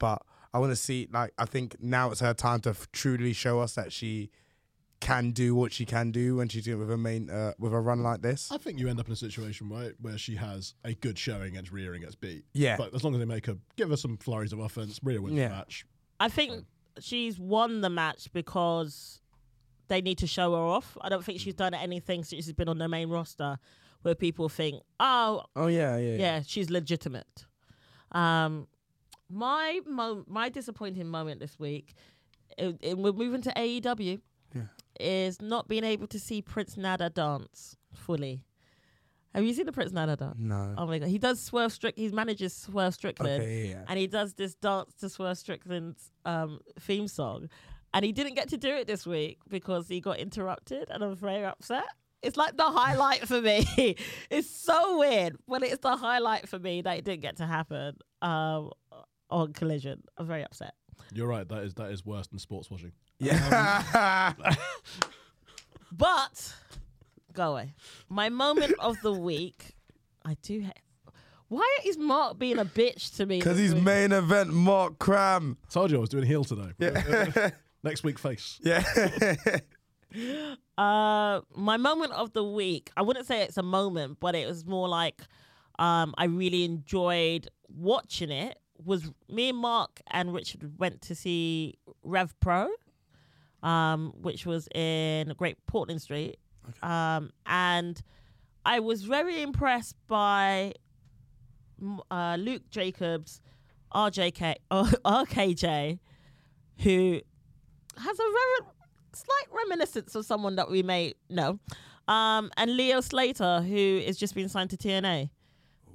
[SPEAKER 3] but I want to see like I think now it's her time to f- truly show us that she can do what she can do when she's doing with a main uh, with a run like this.
[SPEAKER 4] I think you end up in a situation where where she has a good showing against Rhea and gets beat.
[SPEAKER 3] Yeah.
[SPEAKER 4] But as long as they make her give her some flurries of offense, Rhea wins
[SPEAKER 3] Yeah.
[SPEAKER 4] the match.
[SPEAKER 2] I think she's won the match because they need to show her off. I don't think she's done anything since she's been on the main roster where people think, oh,
[SPEAKER 3] Oh yeah, yeah.
[SPEAKER 2] yeah, she's legitimate. Um, my mo- my disappointing moment this week, it, it- we're moving to E AEW, is not being able to see Prince Nada dance fully. Have you seen the Prince Nana dance?
[SPEAKER 3] No.
[SPEAKER 2] Oh my god, he does Swerve Strick. He manages Swerve Strickland,
[SPEAKER 3] Okay, yeah, yeah.
[SPEAKER 2] and he does this dance to Swerve Strickland's um, theme song. And he didn't get to do it this week because he got interrupted, and I'm very upset. It's like the highlight for me. it's so weird, but it's the highlight for me that it didn't get to happen um, on Collision. I'm very upset.
[SPEAKER 4] You're right. That is that is worse than sports watching.
[SPEAKER 5] Yeah.
[SPEAKER 2] But go away. My moment of the week, I do. Ha- Why is Mark being a bitch to me?
[SPEAKER 5] Because
[SPEAKER 2] this
[SPEAKER 5] he's
[SPEAKER 2] week?
[SPEAKER 5] main event Mark Cram.
[SPEAKER 4] Told you I was doing heel today. Next week face.
[SPEAKER 5] Yeah.
[SPEAKER 2] Uh, my moment of the week. I wouldn't say it's a moment, but it was more like um, I really enjoyed watching it. Was me and Mark and Richard went to see Rev Pro, um, which was in Great Portland Street, um, and I was very impressed by m- uh, Luke Jacobs, RJK, RKJ, who has a very slight reminiscence of someone that we may know. Um, and Leo Slater, who has just been signed to TNA.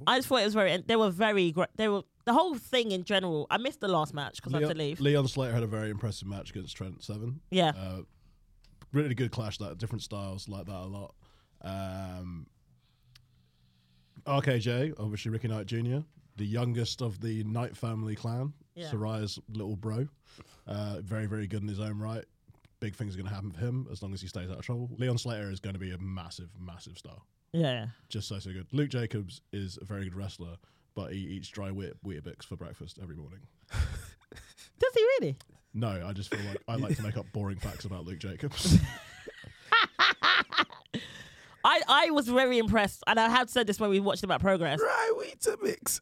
[SPEAKER 2] I just thought it was very. They were very. gr- They were the whole thing in general. I missed the last match because I had to leave.
[SPEAKER 4] Leon Slater had a very impressive match against Trent Seven.
[SPEAKER 2] yeah,
[SPEAKER 4] Uh, really good clash. That different styles like that a lot. Um, RKJ, obviously Ricky Knight Jr., the youngest of the Knight family clan.
[SPEAKER 2] Yeah.
[SPEAKER 4] Soraya's little bro. Uh, very very good in his own right. Big things are going to happen for him as long as he stays out of trouble. Leon Slater is going to be a massive massive star.
[SPEAKER 2] yeah.
[SPEAKER 4] just so so good. Luke Jacobs is a very good wrestler, but he eats dry wheat Weetabix for breakfast every morning.
[SPEAKER 2] Does he really?
[SPEAKER 4] No, I just feel like I like to make up boring facts about Luke Jacobs.
[SPEAKER 2] I, I was very impressed, and I had said this when we watched about progress.
[SPEAKER 5] Right, we to mix.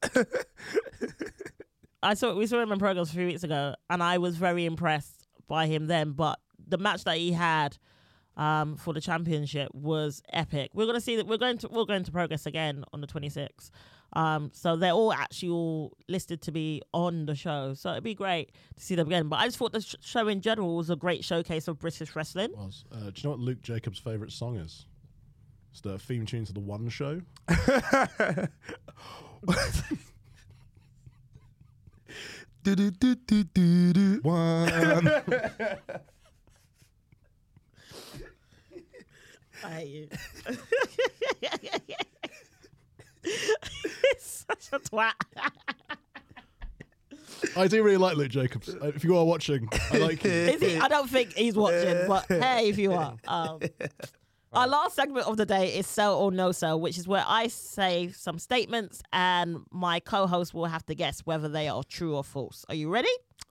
[SPEAKER 2] I saw we saw him in progress a few weeks ago, and I was very impressed by him then. But the match that he had um, for the championship was epic. We're gonna see that we're going to we're going to progress again on the 26th. Um, so they're all actually all listed to be on the show. So it'd be great to see them again. But I just thought the sh- show in general was a great showcase of British wrestling.
[SPEAKER 4] Was. Uh, do you know what Luke Jacobs' favorite song is? It's the theme tune to the One Show.
[SPEAKER 5] do, do, do, do, do, do.
[SPEAKER 4] One.
[SPEAKER 2] I hate you. It's such a twat.
[SPEAKER 4] I do really like Luke Jacobs. Uh, If you are watching, I like you.
[SPEAKER 2] Is he? I don't think he's watching, but hey, if you are. Um, our last segment of the day is sell or no sell, which is where I say some statements and my co host will have to guess whether they are true or false. Are you ready?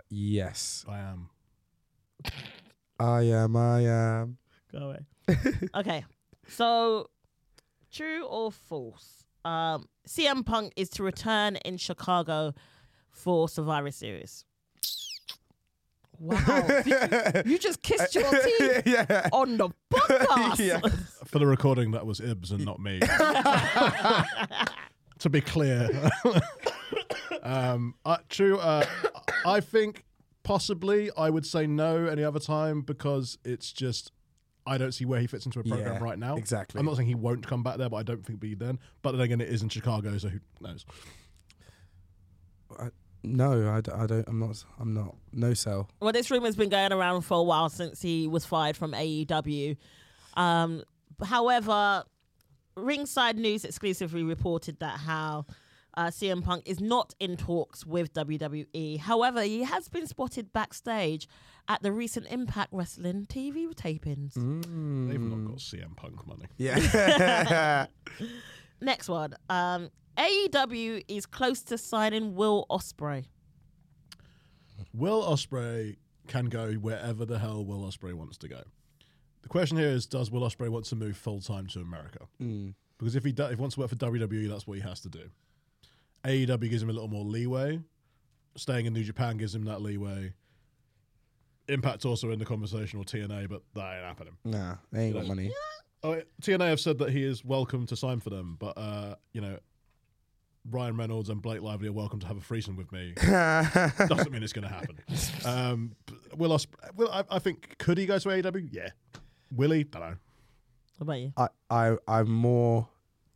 [SPEAKER 3] Yes.
[SPEAKER 4] I am.
[SPEAKER 3] I am. I am.
[SPEAKER 2] Go away. okay. So, true or false? Um, CM Punk is to return in Chicago for Survivor Series. Wow. you just kissed your teeth
[SPEAKER 5] yeah.
[SPEAKER 2] on the podcast.
[SPEAKER 5] Yeah.
[SPEAKER 4] For the recording, that was Ibs and not me. to be clear, um, uh, true. Uh, I think possibly I would say no any other time because it's just I don't see where he fits into a program
[SPEAKER 3] Yeah,
[SPEAKER 4] right now.
[SPEAKER 3] exactly.
[SPEAKER 4] I'm not saying he won't come back there, but I don't think be then. But then again, it is in Chicago, so who knows?
[SPEAKER 3] No, I, d- I don't. I'm not. I'm not. No sell.
[SPEAKER 2] Well, this rumor's been going around for a while since he was fired from AEW. Um, however, Ringside News exclusively reported that how uh, CM Punk is not in talks with WWE. However, he has been spotted backstage at the recent Impact Wrestling TV tapings.
[SPEAKER 4] They've not got CM Punk money.
[SPEAKER 5] Yeah.
[SPEAKER 2] Next one. Um, AEW is close to signing Will Osprey.
[SPEAKER 4] Will Osprey can go wherever the hell Will Osprey wants to go. The question here is, does Will Osprey want to move full time to America? Because if he do, if he wants to work for WWE, that's what he has to do. AEW gives him a little more leeway. Staying in New Japan gives him that leeway. Impact's also in the conversation or TNA, but that ain't happening.
[SPEAKER 3] Nah, they ain't got money.
[SPEAKER 4] Oh, TNA have said that he is welcome to sign for them, but uh, you know, Ryan Reynolds and Blake Lively are welcome to have a threesome with me. Doesn't mean it's going to happen. Um, but Will Ospreay, Will, I, I think could he go E to AEW? Yeah. Will he? Don't know.
[SPEAKER 2] What about you?
[SPEAKER 3] I, I, I'm more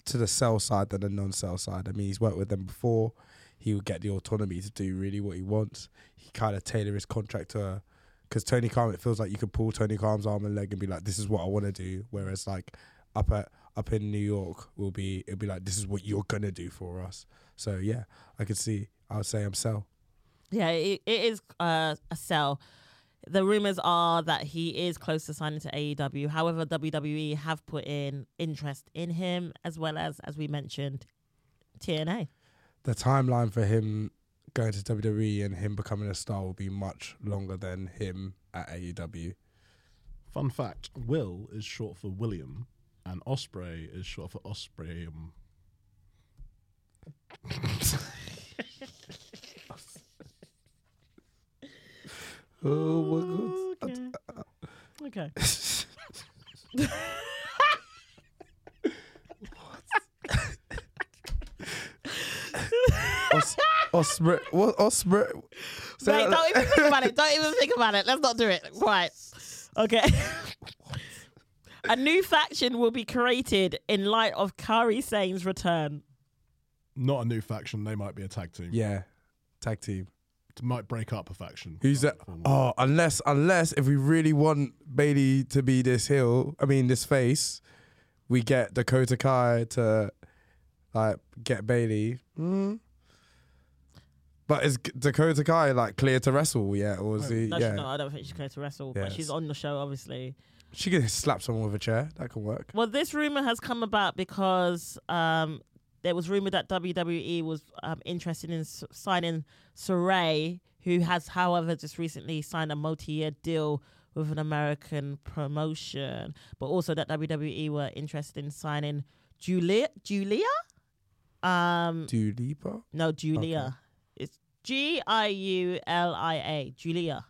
[SPEAKER 3] to the sell side than the non-sell side. I mean, he's worked with them before. He would get the autonomy to do really what he wants. He kind of tailor his contract to, because Tony Khan, it feels like you could pull Tony Khan's arm and leg and be like, "This is what I want to do." Whereas like up at up in New York, will be it'll be like, "This is what you're gonna do for us." So yeah, I could see. I would say I'm sell.
[SPEAKER 2] Yeah, it, it is uh, a sell. The rumors are that he is close to signing to AEW. However, WWE have put in interest in him, as well as, as we mentioned, TNA.
[SPEAKER 3] the timeline for him going to WWE and him becoming a star will be much longer than him at E AEW.
[SPEAKER 4] Fun fact: Will is short for William, and Osprey is short for Ospreyum.
[SPEAKER 3] Oh my
[SPEAKER 2] Okay. okay.
[SPEAKER 3] god. Os- Osprey, what Osprey? Say
[SPEAKER 2] Wait,
[SPEAKER 3] that-
[SPEAKER 2] don't even think about it. Don't even think about it. Let's not do it. Right. Okay. a new faction will be created in light of Kari Sane's return.
[SPEAKER 4] Not a new faction. They might be a tag team.
[SPEAKER 3] yeah, tag team.
[SPEAKER 4] It might break up a faction.
[SPEAKER 3] Who's that? Oh, unless unless if we really want Bailey to be this heel, I mean this face, we get Dakota Kai to like get Bailey. Mm. But is Dakota Kai like clear to wrestle yet, or is he?
[SPEAKER 2] No,
[SPEAKER 3] yeah,
[SPEAKER 2] she's not. I don't think she's going to wrestle,
[SPEAKER 3] Yeah,
[SPEAKER 2] but she's
[SPEAKER 3] it's-
[SPEAKER 2] on the show, obviously.
[SPEAKER 3] She can slap someone with a chair. That can work.
[SPEAKER 2] Well, this rumor has come about because um, there was rumor that WWE was um, interested in s- signing Saray, who has, however, just recently signed a multi-year deal with an American promotion, but also that WWE were interested in signing Julia. Julia? Um,
[SPEAKER 3] Do Lipa?
[SPEAKER 2] no, Julia. It's G I U L I A, Julia.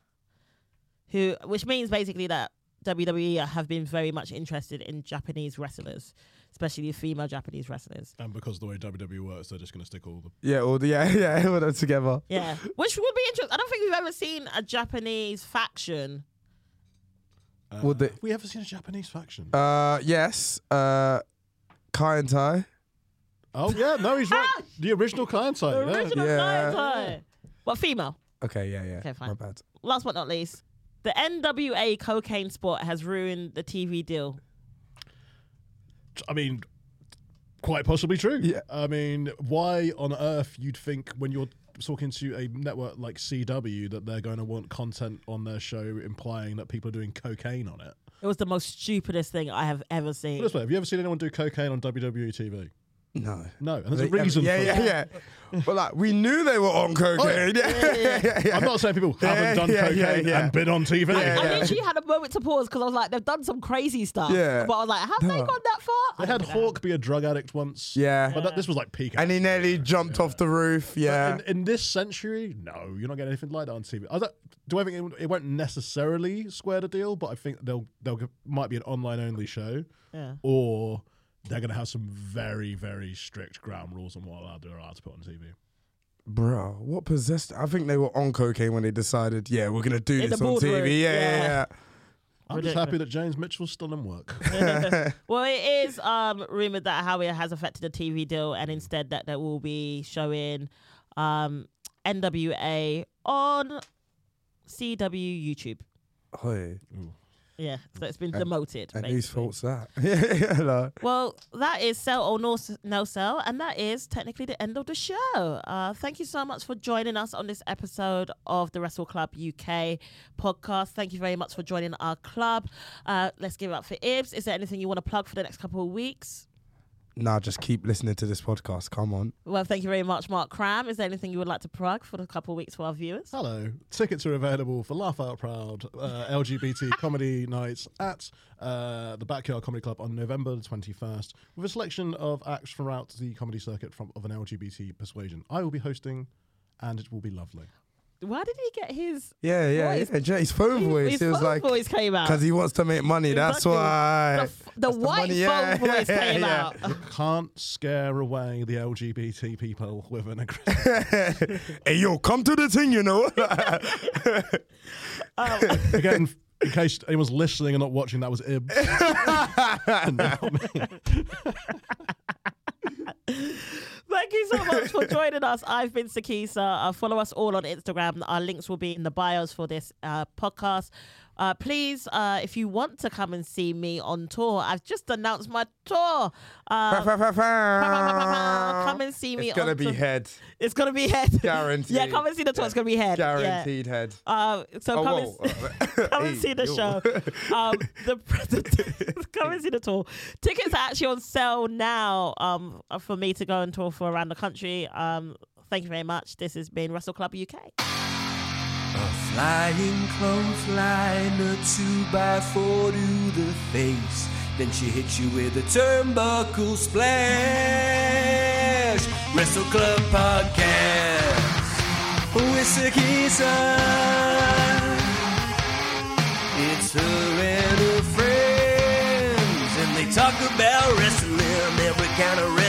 [SPEAKER 2] Who, which means basically that WWE have been very much interested in Japanese wrestlers, especially female Japanese wrestlers.
[SPEAKER 4] And because the way WWE works, they're just going to stick all the
[SPEAKER 3] Yeah, all the yeah, yeah, all them together.
[SPEAKER 2] Yeah, which would be interesting. I don't think we've ever seen a Japanese faction.
[SPEAKER 4] Uh,
[SPEAKER 3] Would they-
[SPEAKER 4] have we ever seen a Japanese faction?
[SPEAKER 3] Uh, yes. Uh, Kai and Tai.
[SPEAKER 4] oh yeah, no, he's right. the original client side.
[SPEAKER 2] The
[SPEAKER 4] yeah.
[SPEAKER 2] original
[SPEAKER 3] Yeah.
[SPEAKER 2] Naito. But female.
[SPEAKER 3] Okay, yeah, yeah.
[SPEAKER 2] Okay, fine.
[SPEAKER 3] My bad.
[SPEAKER 2] Last but not least, the NWA cocaine sport has ruined the TV deal.
[SPEAKER 4] I mean, quite possibly true.
[SPEAKER 3] Yeah.
[SPEAKER 4] I mean, why on earth you'd think when you're talking to a network like CW that they're going to want content on their show implying that people are doing cocaine on it?
[SPEAKER 2] It was the most stupidest thing I have ever
[SPEAKER 4] Put it
[SPEAKER 2] seen.
[SPEAKER 4] this way, have you ever seen anyone do cocaine on WWE TV?
[SPEAKER 3] No.
[SPEAKER 4] No, and there's a
[SPEAKER 3] They-
[SPEAKER 4] reason.
[SPEAKER 3] Yeah,
[SPEAKER 4] for
[SPEAKER 3] yeah,
[SPEAKER 4] it. Oh,
[SPEAKER 3] yeah. but like, we knew they were on cocaine. yeah, yeah, yeah,
[SPEAKER 4] I'm not saying people haven't
[SPEAKER 3] Yeah,
[SPEAKER 4] done
[SPEAKER 3] yeah,
[SPEAKER 4] cocaine
[SPEAKER 3] yeah, yeah.
[SPEAKER 4] and been on TV.
[SPEAKER 3] Yeah,
[SPEAKER 2] I literally had a moment to pause because I was like, they've done some crazy stuff.
[SPEAKER 3] Yeah.
[SPEAKER 2] But I was like, have they
[SPEAKER 3] No.
[SPEAKER 2] gone that far?
[SPEAKER 4] They had Hawk be a drug addict once.
[SPEAKER 3] Yeah.
[SPEAKER 4] But that, this was like peak.
[SPEAKER 3] And he nearly jumped off the roof. Yeah.
[SPEAKER 4] in, in this century, no, you're not getting anything like that on TV. I don't, do I think it, it won't necessarily square the deal? But I think they'll they'll might be an online only show,
[SPEAKER 2] Yeah.
[SPEAKER 4] or they're going to have some very very strict ground rules on what allowed they're allowed to put on TV.
[SPEAKER 3] Bro, what possessed? I think they were on cocaine when they decided, yeah, we're gonna do
[SPEAKER 2] In
[SPEAKER 3] this
[SPEAKER 2] the
[SPEAKER 3] on
[SPEAKER 2] boardroom,
[SPEAKER 3] TV. Yeah, yeah,
[SPEAKER 2] yeah.
[SPEAKER 3] yeah.
[SPEAKER 4] I'm just
[SPEAKER 2] Ridiculous.
[SPEAKER 4] happy that James Mitchell's still in work.
[SPEAKER 2] Well, it is um, rumored that how it has affected the TV deal, and instead that they will be showing um, NWA on CW YouTube.
[SPEAKER 3] Oi,
[SPEAKER 2] Yeah, so it's been demoted.
[SPEAKER 3] and
[SPEAKER 2] basically.
[SPEAKER 3] whose fault's that? yeah, yeah, no.
[SPEAKER 2] Well, that is Sell or no, no Sell, and that is technically the end of the show. Uh, thank you so much for joining us on this episode of the Wrestle Club UK podcast. Thank you very much for joining our club. Uh, let's give it up for Ibs. Is there anything you want to plug for the next couple of weeks?
[SPEAKER 3] Nah, just keep listening to this podcast. Come on.
[SPEAKER 2] Well, thank you very much, Mark Cram. Is there anything you would like to plug for the couple of weeks for our viewers?
[SPEAKER 4] Hello. Tickets are available for Laugh Out Proud uh, LGBT comedy nights at uh, the Backyard Comedy Club on November the 21st with a selection of acts throughout the comedy circuit from, of an LGBT persuasion. I will be hosting and it will be lovely.
[SPEAKER 2] Why did he get his
[SPEAKER 3] Yeah, yeah,
[SPEAKER 2] Voice.
[SPEAKER 3] yeah. Jay's phone voice.
[SPEAKER 2] his
[SPEAKER 3] it was
[SPEAKER 2] phone
[SPEAKER 3] like
[SPEAKER 2] voice came out?
[SPEAKER 3] because he wants to make money. That's
[SPEAKER 2] Exactly. The,
[SPEAKER 3] why.
[SPEAKER 2] f- the white
[SPEAKER 3] money,
[SPEAKER 2] phone
[SPEAKER 3] yeah,
[SPEAKER 2] voice
[SPEAKER 3] yeah,
[SPEAKER 2] came
[SPEAKER 3] yeah.
[SPEAKER 2] out.
[SPEAKER 4] Can't scare away the LGBT people with an aggressive.
[SPEAKER 3] hey, yo, come to the thing, you know.
[SPEAKER 4] Again, in case anyone's listening and not watching, that was Ib.
[SPEAKER 2] Thank you so much for joining us. I've been Sakisa. Uh, follow us all on Instagram. Our links will be in the bios for this uh, podcast. Uh, please, uh, if you want to come and see me on tour, I've just announced my tour. Uh, come
[SPEAKER 5] Come
[SPEAKER 2] and see me.
[SPEAKER 5] It's gonna
[SPEAKER 2] on
[SPEAKER 5] be
[SPEAKER 2] tour.
[SPEAKER 5] head.
[SPEAKER 2] It's gonna be head.
[SPEAKER 5] Guaranteed.
[SPEAKER 2] yeah, come and see the tour. It's gonna be head. Yeah.
[SPEAKER 5] Guaranteed head.
[SPEAKER 2] Uh, so
[SPEAKER 5] Oh,
[SPEAKER 2] come and
[SPEAKER 5] whoa.
[SPEAKER 2] come and
[SPEAKER 5] Hey,
[SPEAKER 2] see the
[SPEAKER 5] yo.
[SPEAKER 2] show. Um, the, the come and see the tour. Tickets are actually on sale now. Um, for me to go and tour for around the country. Um, thank you very much. This has been Russell Club UK.
[SPEAKER 1] A flying clothesline, a two by four to the face. Then she hits you with a turnbuckle splash. Wrestle Club Podcast. Whiskey Sun. It's her and her friends, and they talk about wrestling, every kind of wrestling.